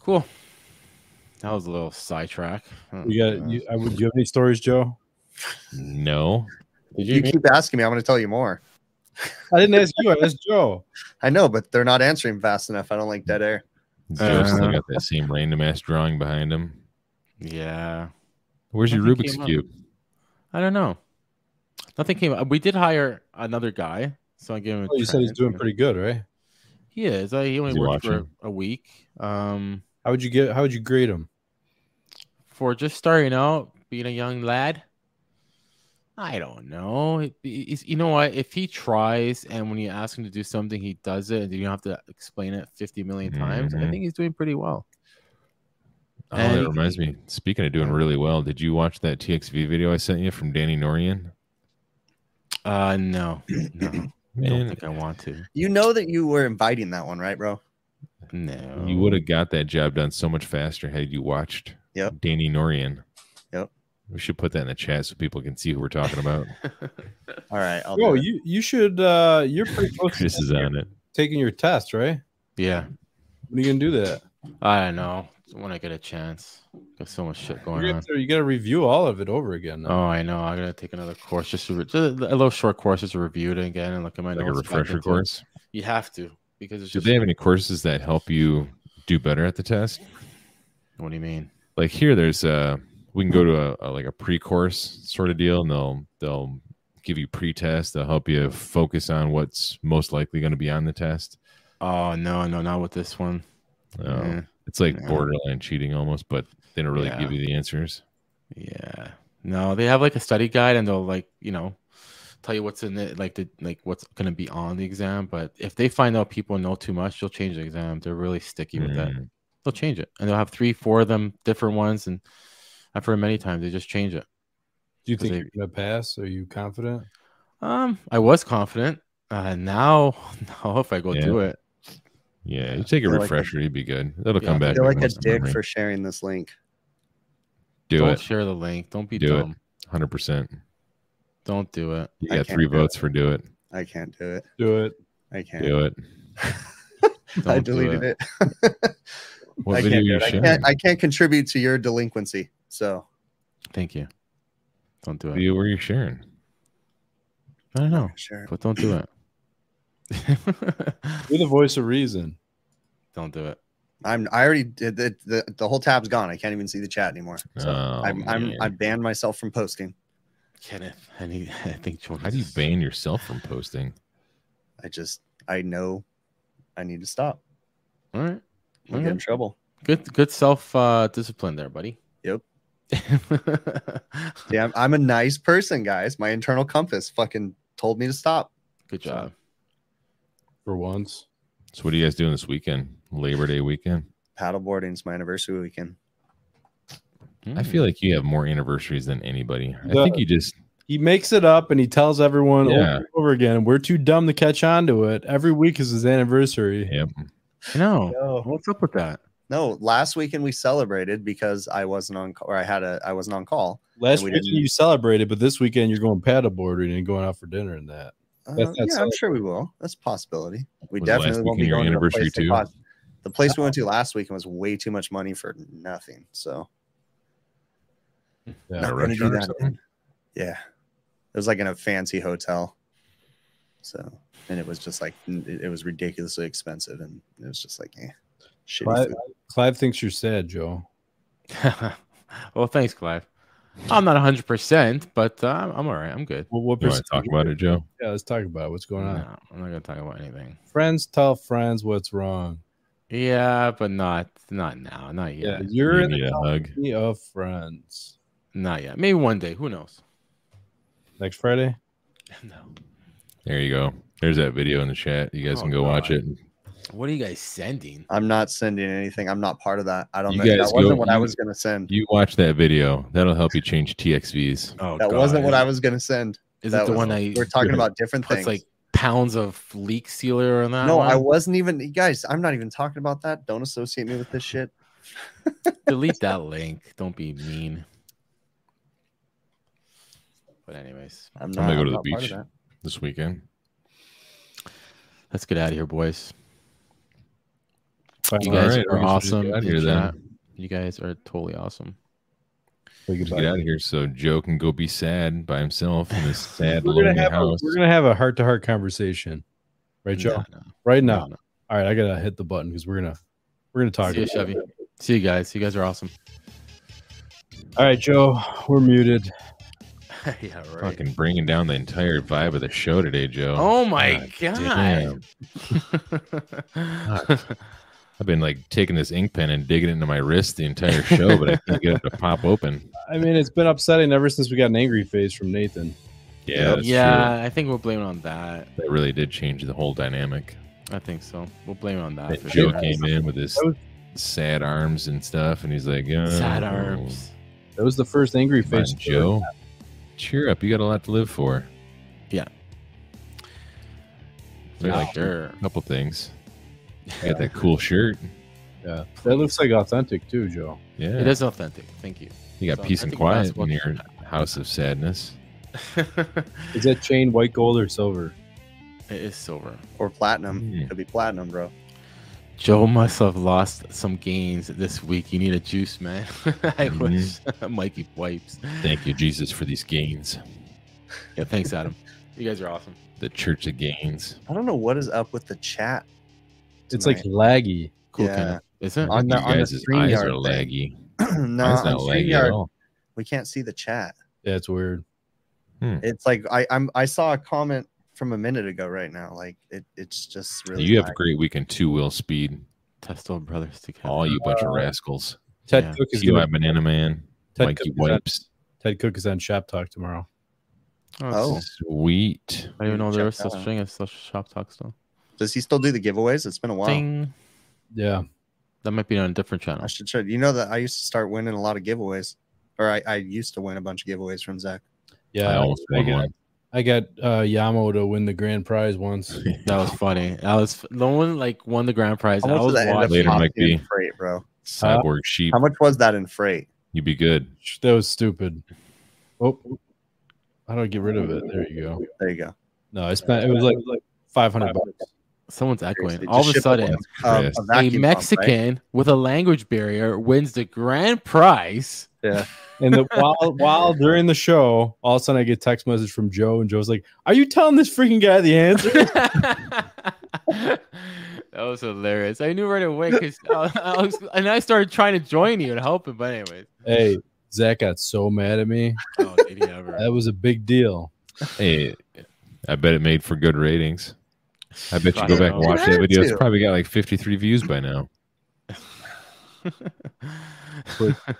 Speaker 5: cool. That was a little sidetrack. Oh,
Speaker 4: You got? You, I, would- do you have any stories, Joe?
Speaker 2: No,
Speaker 3: you keep asking me, I'm gonna tell you more.
Speaker 4: I didn't ask you. I asked Joe.
Speaker 3: I know, but they're not answering fast enough. I don't like dead air.
Speaker 2: Joe still got that same random ass drawing behind him.
Speaker 5: yeah.
Speaker 2: Where's your
Speaker 5: Nothing
Speaker 2: Rubik's
Speaker 5: came up.
Speaker 2: cube?
Speaker 5: I don't know. Nothing came up. We did hire another guy, so I gave him. a
Speaker 4: Oh, you said he's
Speaker 5: try.
Speaker 4: doing pretty good, right?
Speaker 5: He is. Uh, He only
Speaker 2: Is he
Speaker 5: worked
Speaker 2: watching?
Speaker 5: for a week. Um,
Speaker 4: How would you get? How would you grade him?
Speaker 5: for just starting out, being a young lad. I don't know. It- it's- you know what? If he tries and when you ask him to do something, he does it, and you don't have to explain it 50 million times. I
Speaker 2: Mhm.
Speaker 5: think he's doing pretty well.
Speaker 2: Oh,
Speaker 5: And-
Speaker 2: that reminds me. Speaking of doing really well, did you watch that TXV video I sent you from Danny Norian?
Speaker 5: Uh, no, no, I don't
Speaker 2: Man,
Speaker 5: think I want to.
Speaker 3: You know that you were inviting that one, right, bro?
Speaker 5: No,
Speaker 2: you would have got that job done so much faster had you watched
Speaker 3: Yep.
Speaker 2: Danny Norian.
Speaker 3: Yep.
Speaker 2: We should put that in the chat so people can see who we're talking about.
Speaker 3: All right, I'll
Speaker 4: Joe,
Speaker 3: do it.
Speaker 4: you you should. uh You're pretty close
Speaker 2: Chris is
Speaker 4: to
Speaker 2: on it.
Speaker 4: taking your test, right?
Speaker 5: yeah,
Speaker 4: When are you gonna do that?
Speaker 5: I don't know. When I get a chance, there's so much shit
Speaker 4: You
Speaker 5: going on.
Speaker 4: got to, you got to review all of it over again. now.
Speaker 5: Oh, I know. I'm gonna take another course, just, to re- just a little short course, just to review it again and look at my
Speaker 2: Like a
Speaker 5: notes. back
Speaker 2: refresher
Speaker 5: into it.
Speaker 2: course.
Speaker 5: You have to because it's
Speaker 2: Do
Speaker 5: just.
Speaker 2: they have any courses that help you do better at the test?
Speaker 5: What do you mean?
Speaker 2: Like here, there's uh we can go to a, a like a pre-course sort of deal, and they'll they'll give you pre-test. They'll help you focus on what's most likely going to be on the test.
Speaker 5: Oh no, no, not with this one.
Speaker 2: Uh,
Speaker 5: Eh,
Speaker 2: It's like
Speaker 5: Yeah.
Speaker 2: borderline cheating almost, but they don't really
Speaker 5: Yeah.
Speaker 2: give you the answers.
Speaker 5: yeah. No, they have like a study guide, and they'll like you know tell you what's in it, like the like what's gonna be on the exam. But if they find out people know too much, they'll change the exam. They're really sticky with that.
Speaker 2: Mm.
Speaker 5: They'll change it, and they'll have three, four of them different ones, and I've heard many times they just change it.
Speaker 4: do you think
Speaker 5: they-
Speaker 4: you're gonna pass? Are you confident?
Speaker 5: Um, I was confident. Uh, now, now if I go
Speaker 2: Yeah.
Speaker 5: do it,
Speaker 2: Yeah, you take a
Speaker 3: They're like a-
Speaker 2: refresher, you'd be good. That'll
Speaker 5: Yeah,
Speaker 2: come back.
Speaker 3: You're
Speaker 2: and
Speaker 3: like a
Speaker 2: muscle
Speaker 3: dick
Speaker 2: memory.
Speaker 3: for sharing this link.
Speaker 2: do
Speaker 5: don't
Speaker 2: it,
Speaker 5: share the link. Don't be
Speaker 2: Do it.
Speaker 5: dumb.
Speaker 2: hundred percent.
Speaker 5: Don't do it.
Speaker 2: You
Speaker 3: I
Speaker 2: got
Speaker 3: can't
Speaker 2: three
Speaker 3: do it.
Speaker 2: votes for do it.
Speaker 3: I can't do it.
Speaker 4: Do it.
Speaker 3: I can't.
Speaker 2: Do it.
Speaker 3: I
Speaker 5: Don't do
Speaker 3: deleted it.
Speaker 2: What
Speaker 3: I,
Speaker 2: video
Speaker 3: can't
Speaker 2: you
Speaker 3: do it. I
Speaker 2: sharing?
Speaker 3: can't. I can't contribute to your delinquency. So
Speaker 5: Thank you. Don't do
Speaker 2: What
Speaker 5: it.
Speaker 2: Video were you sharing?
Speaker 5: I don't know,
Speaker 3: sure.
Speaker 5: but don't do it.
Speaker 4: You're the voice of reason.
Speaker 5: don't do it.
Speaker 3: I'm. I already did the, the the whole tab's gone. I can't even see the chat anymore. So
Speaker 2: Oh,
Speaker 3: I'm. I'm.
Speaker 2: man.
Speaker 3: I banned myself from posting.
Speaker 5: Kenneth, I need. I think. Jonas
Speaker 2: How do you
Speaker 5: is-
Speaker 2: ban yourself from posting?
Speaker 3: I just. I know. I need to stop.
Speaker 5: All right.
Speaker 3: I'll
Speaker 5: Okay.
Speaker 3: get in trouble.
Speaker 5: Good. Good self uh, discipline there, buddy.
Speaker 3: Yep.
Speaker 5: yeah.
Speaker 3: Yeah, I'm, I'm a nice person, guys. My internal compass fucking told me to stop.
Speaker 5: Good job.
Speaker 4: For once,
Speaker 2: So what are you guys doing this weekend? Labor Day weekend.
Speaker 3: Paddleboarding's my anniversary weekend.
Speaker 2: I
Speaker 4: Mm.
Speaker 2: feel like you have more anniversaries than anybody. I
Speaker 4: Yeah.
Speaker 2: think you just
Speaker 4: he makes it up and he tells everyone over
Speaker 2: Yeah.
Speaker 4: and over again, "We're too dumb to catch on to it." Every week is his anniversary.
Speaker 2: yep.
Speaker 5: Hmm. I know.
Speaker 3: No.
Speaker 5: What's up with that?
Speaker 3: No, last weekend we celebrated because I wasn't on ca- or I had a I wasn't on call.
Speaker 4: Last
Speaker 3: And we
Speaker 4: weekend
Speaker 3: didn't-
Speaker 4: you celebrated, but this weekend you're going paddle boarding and going out for dinner and that.
Speaker 3: Uh,
Speaker 4: That's not
Speaker 3: yeah, I'm sure we will. That's a possibility. We
Speaker 2: Was last
Speaker 3: definitely won't
Speaker 2: weekend
Speaker 3: be
Speaker 2: your
Speaker 3: going to the
Speaker 2: anniversary
Speaker 3: place they
Speaker 2: too?
Speaker 3: bought- The place we went to last weekend was way too much money for nothing. So
Speaker 4: Yeah.
Speaker 3: not
Speaker 2: a
Speaker 3: gonna do
Speaker 2: restaurant or
Speaker 3: that.
Speaker 2: something?
Speaker 3: Yeah. It was like in a fancy hotel. So, and it was just like, it it was ridiculously expensive. And it was just like, eh, shitty
Speaker 4: Right.
Speaker 3: food.
Speaker 4: Clive thinks you're sad, Joe.
Speaker 5: well, thanks, Clive. I'm not 100, percent but uh, I'm all right. I'm good.
Speaker 4: Well, what
Speaker 2: You want to talk about it, Joe?
Speaker 4: Yeah, let's talk about it. what's going on.
Speaker 5: No, I'm not gonna talk about anything.
Speaker 4: Friends tell friends what's wrong.
Speaker 5: Yeah, but not not now. Not
Speaker 4: Yeah,
Speaker 5: yet.
Speaker 4: you're
Speaker 2: You
Speaker 4: in
Speaker 2: need
Speaker 4: the
Speaker 2: a hug.
Speaker 4: company of friends.
Speaker 5: Not yet. Maybe one day. Who knows?
Speaker 4: Next Friday.
Speaker 5: No.
Speaker 2: There you go. There's that video in the chat. You guys
Speaker 5: Oh,
Speaker 2: can go watch
Speaker 5: God.
Speaker 2: it.
Speaker 5: What are you guys sending?
Speaker 3: I'm not sending anything. I'm not part of that. I don't
Speaker 2: You
Speaker 3: know.
Speaker 2: guys
Speaker 3: That
Speaker 2: go-
Speaker 3: wasn't what I
Speaker 2: you-
Speaker 3: was going to send.
Speaker 2: You watch that video. That'll help you change TXVs.
Speaker 5: Oh,
Speaker 3: that
Speaker 5: God.
Speaker 3: wasn't what
Speaker 5: Is-
Speaker 3: I was going to send.
Speaker 5: Is
Speaker 3: that
Speaker 5: it the
Speaker 3: was-
Speaker 5: one I
Speaker 3: We're talking about different
Speaker 5: puts
Speaker 3: things.
Speaker 5: like pounds of leak sealer on that?
Speaker 3: no,
Speaker 5: one?
Speaker 3: I wasn't even, you guys, I'm not even talking about that. Don't associate me with this shit.
Speaker 5: delete that link. Don't be mean. But anyways,
Speaker 3: I'm not,
Speaker 2: gonna go to the
Speaker 3: I'm not part of
Speaker 2: beach.
Speaker 3: that.
Speaker 2: this weekend.
Speaker 5: let's get out of here, boys. You
Speaker 4: Finally,
Speaker 2: All
Speaker 5: guys
Speaker 2: right, I
Speaker 5: are
Speaker 2: guess we'll just
Speaker 5: awesome.
Speaker 2: get outta
Speaker 5: in
Speaker 2: here then.
Speaker 5: chat. You guys are totally awesome.
Speaker 4: we can
Speaker 2: Just
Speaker 4: talk
Speaker 2: get
Speaker 4: about
Speaker 2: out of
Speaker 4: it.
Speaker 2: here so Joe can go be sad by himself in his sad
Speaker 4: We're gonna
Speaker 2: lonely
Speaker 4: have a,
Speaker 2: house.
Speaker 4: we're gonna have a heart to heart conversation, right, Joe?
Speaker 5: No, no,
Speaker 4: Right now.
Speaker 5: no, no.
Speaker 4: All right, I gotta hit the button because we're gonna we're gonna talk.
Speaker 5: See you,
Speaker 4: about
Speaker 5: Chevy.
Speaker 4: it.
Speaker 5: See you guys. You guys are awesome.
Speaker 4: All right, Joe, we're muted.
Speaker 5: yeah, right.
Speaker 2: Fucking bringing down the entire vibe of the show today, Joe.
Speaker 5: Oh my
Speaker 2: damn.
Speaker 5: god.
Speaker 2: I've been like taking this ink pen and digging it into my wrist the entire show, but I can't get it to pop open.
Speaker 4: I mean, it's been upsetting ever since we got an angry face from Nathan.
Speaker 2: Yeah, that's
Speaker 5: yeah, I think we'll blame it on that.
Speaker 2: true. That really did change the whole dynamic.
Speaker 5: I think so. We'll blame it on that.
Speaker 2: That
Speaker 5: for
Speaker 2: Joe
Speaker 5: sure.
Speaker 2: came in with his
Speaker 4: That was-
Speaker 2: sad arms and stuff, and he's like, oh,
Speaker 5: Sad arms.
Speaker 4: That was the first angry
Speaker 2: Come on,
Speaker 4: face.
Speaker 2: Joe, cheer up. You got a lot to live for.
Speaker 5: For
Speaker 2: Yeah.
Speaker 5: sure.
Speaker 2: A couple things. I got that cool shirt.
Speaker 4: Yeah, that looks like authentic too, Joe.
Speaker 5: It
Speaker 2: Yeah.
Speaker 5: is authentic. Thank you.
Speaker 2: You got
Speaker 5: so
Speaker 2: peace
Speaker 5: I
Speaker 2: and
Speaker 5: think
Speaker 2: quiet
Speaker 5: that's what-
Speaker 2: in your house of sadness.
Speaker 5: it
Speaker 4: Is that chain white gold or silver?
Speaker 5: is silver.
Speaker 3: Or platinum.
Speaker 2: Hmm.
Speaker 3: Could be platinum, bro.
Speaker 5: Joe must have lost some gains this week. You need a juice, man. I wish Mikey wipes.
Speaker 2: Thank you, Jesus, for these gains.
Speaker 5: Yeah, thanks, Adam. you guys are awesome.
Speaker 2: The Church of Gains.
Speaker 3: I don't know what is up with the chat.
Speaker 4: It's
Speaker 3: tonight.
Speaker 4: like laggy.
Speaker 5: Cool,
Speaker 3: Yeah.
Speaker 5: Kenneth. Is it?
Speaker 3: On
Speaker 2: You
Speaker 3: the- on the
Speaker 2: guys' eyes are
Speaker 3: StreamYard thing.
Speaker 2: laggy.
Speaker 3: no,
Speaker 2: Mine's
Speaker 3: on
Speaker 2: not laggy at
Speaker 3: StreamYard,
Speaker 2: all.
Speaker 3: we can't see the chat.
Speaker 4: Yeah, it's weird.
Speaker 3: It's like I I'm I saw a comment from a minute ago right now. Like it, it's just really
Speaker 2: you have a
Speaker 3: lag.
Speaker 2: great weekend too, Will Speed.
Speaker 5: Testo Brothers together.
Speaker 2: All you bunch
Speaker 3: uh,
Speaker 2: of rascals.
Speaker 4: Ted
Speaker 5: Yeah.
Speaker 4: Cook is
Speaker 2: UI
Speaker 4: gonna,
Speaker 2: Banana Man,
Speaker 4: Ted
Speaker 2: Mikey
Speaker 4: Cook is on,
Speaker 2: Wipes.
Speaker 4: Ted Cook is on Shop Talk tomorrow.
Speaker 5: Oh,
Speaker 3: Oh.
Speaker 2: Sweet.
Speaker 5: I didn't even know there
Speaker 3: Check
Speaker 5: was such
Speaker 3: that out.
Speaker 5: thing as such shop talk still.
Speaker 3: Does he still do the giveaways? It's been a while.
Speaker 5: Ding.
Speaker 4: Yeah,
Speaker 5: That might be on a different channel.
Speaker 3: I should try. You know that I used to start winning a lot of giveaways, or I, I used to win a bunch of giveaways from Zach.
Speaker 2: I
Speaker 4: yeah.
Speaker 2: almost won
Speaker 4: get-
Speaker 2: one.
Speaker 4: I got uh, Yamo to win the grand prize once.
Speaker 5: That was funny. That was no one like won the grand prize.
Speaker 3: How
Speaker 5: I
Speaker 3: much did
Speaker 5: was
Speaker 3: that end up
Speaker 5: watching.
Speaker 2: Later,
Speaker 3: costing
Speaker 2: Mike B.
Speaker 3: in freight, bro?
Speaker 2: Cyborg sheep.
Speaker 3: Uh, How much was that in freight?
Speaker 2: You'd be good.
Speaker 4: That was stupid. Oh, how do I get rid of it? There you go.
Speaker 3: There you go.
Speaker 4: No, it's not. It was like like five hundred bucks.
Speaker 5: Someone's
Speaker 3: Seriously,
Speaker 5: echoing.
Speaker 3: just
Speaker 5: All of a
Speaker 3: ship
Speaker 5: sudden,
Speaker 3: um,
Speaker 2: Chris.
Speaker 3: a vacuum
Speaker 5: a
Speaker 3: pump, right?
Speaker 5: Mexican with a language barrier wins the grand prize.
Speaker 4: And the, while while during the show, all of a sudden I get text message from Joe, and Joe's like, "Are you telling this freaking guy the answer?"
Speaker 5: that was hilarious. I knew right away because I, I was, and I started trying to join you and help him. But anyways,
Speaker 4: hey, Zach got so mad at me.
Speaker 5: oh, did he ever?
Speaker 4: That was a big deal.
Speaker 2: Hey, I bet it made for good ratings. I bet you
Speaker 5: I
Speaker 2: go
Speaker 5: don't
Speaker 2: back and
Speaker 5: know.
Speaker 2: watch
Speaker 3: Had
Speaker 2: that video. It's
Speaker 3: to.
Speaker 2: probably got like 53 views by now.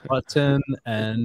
Speaker 4: Button and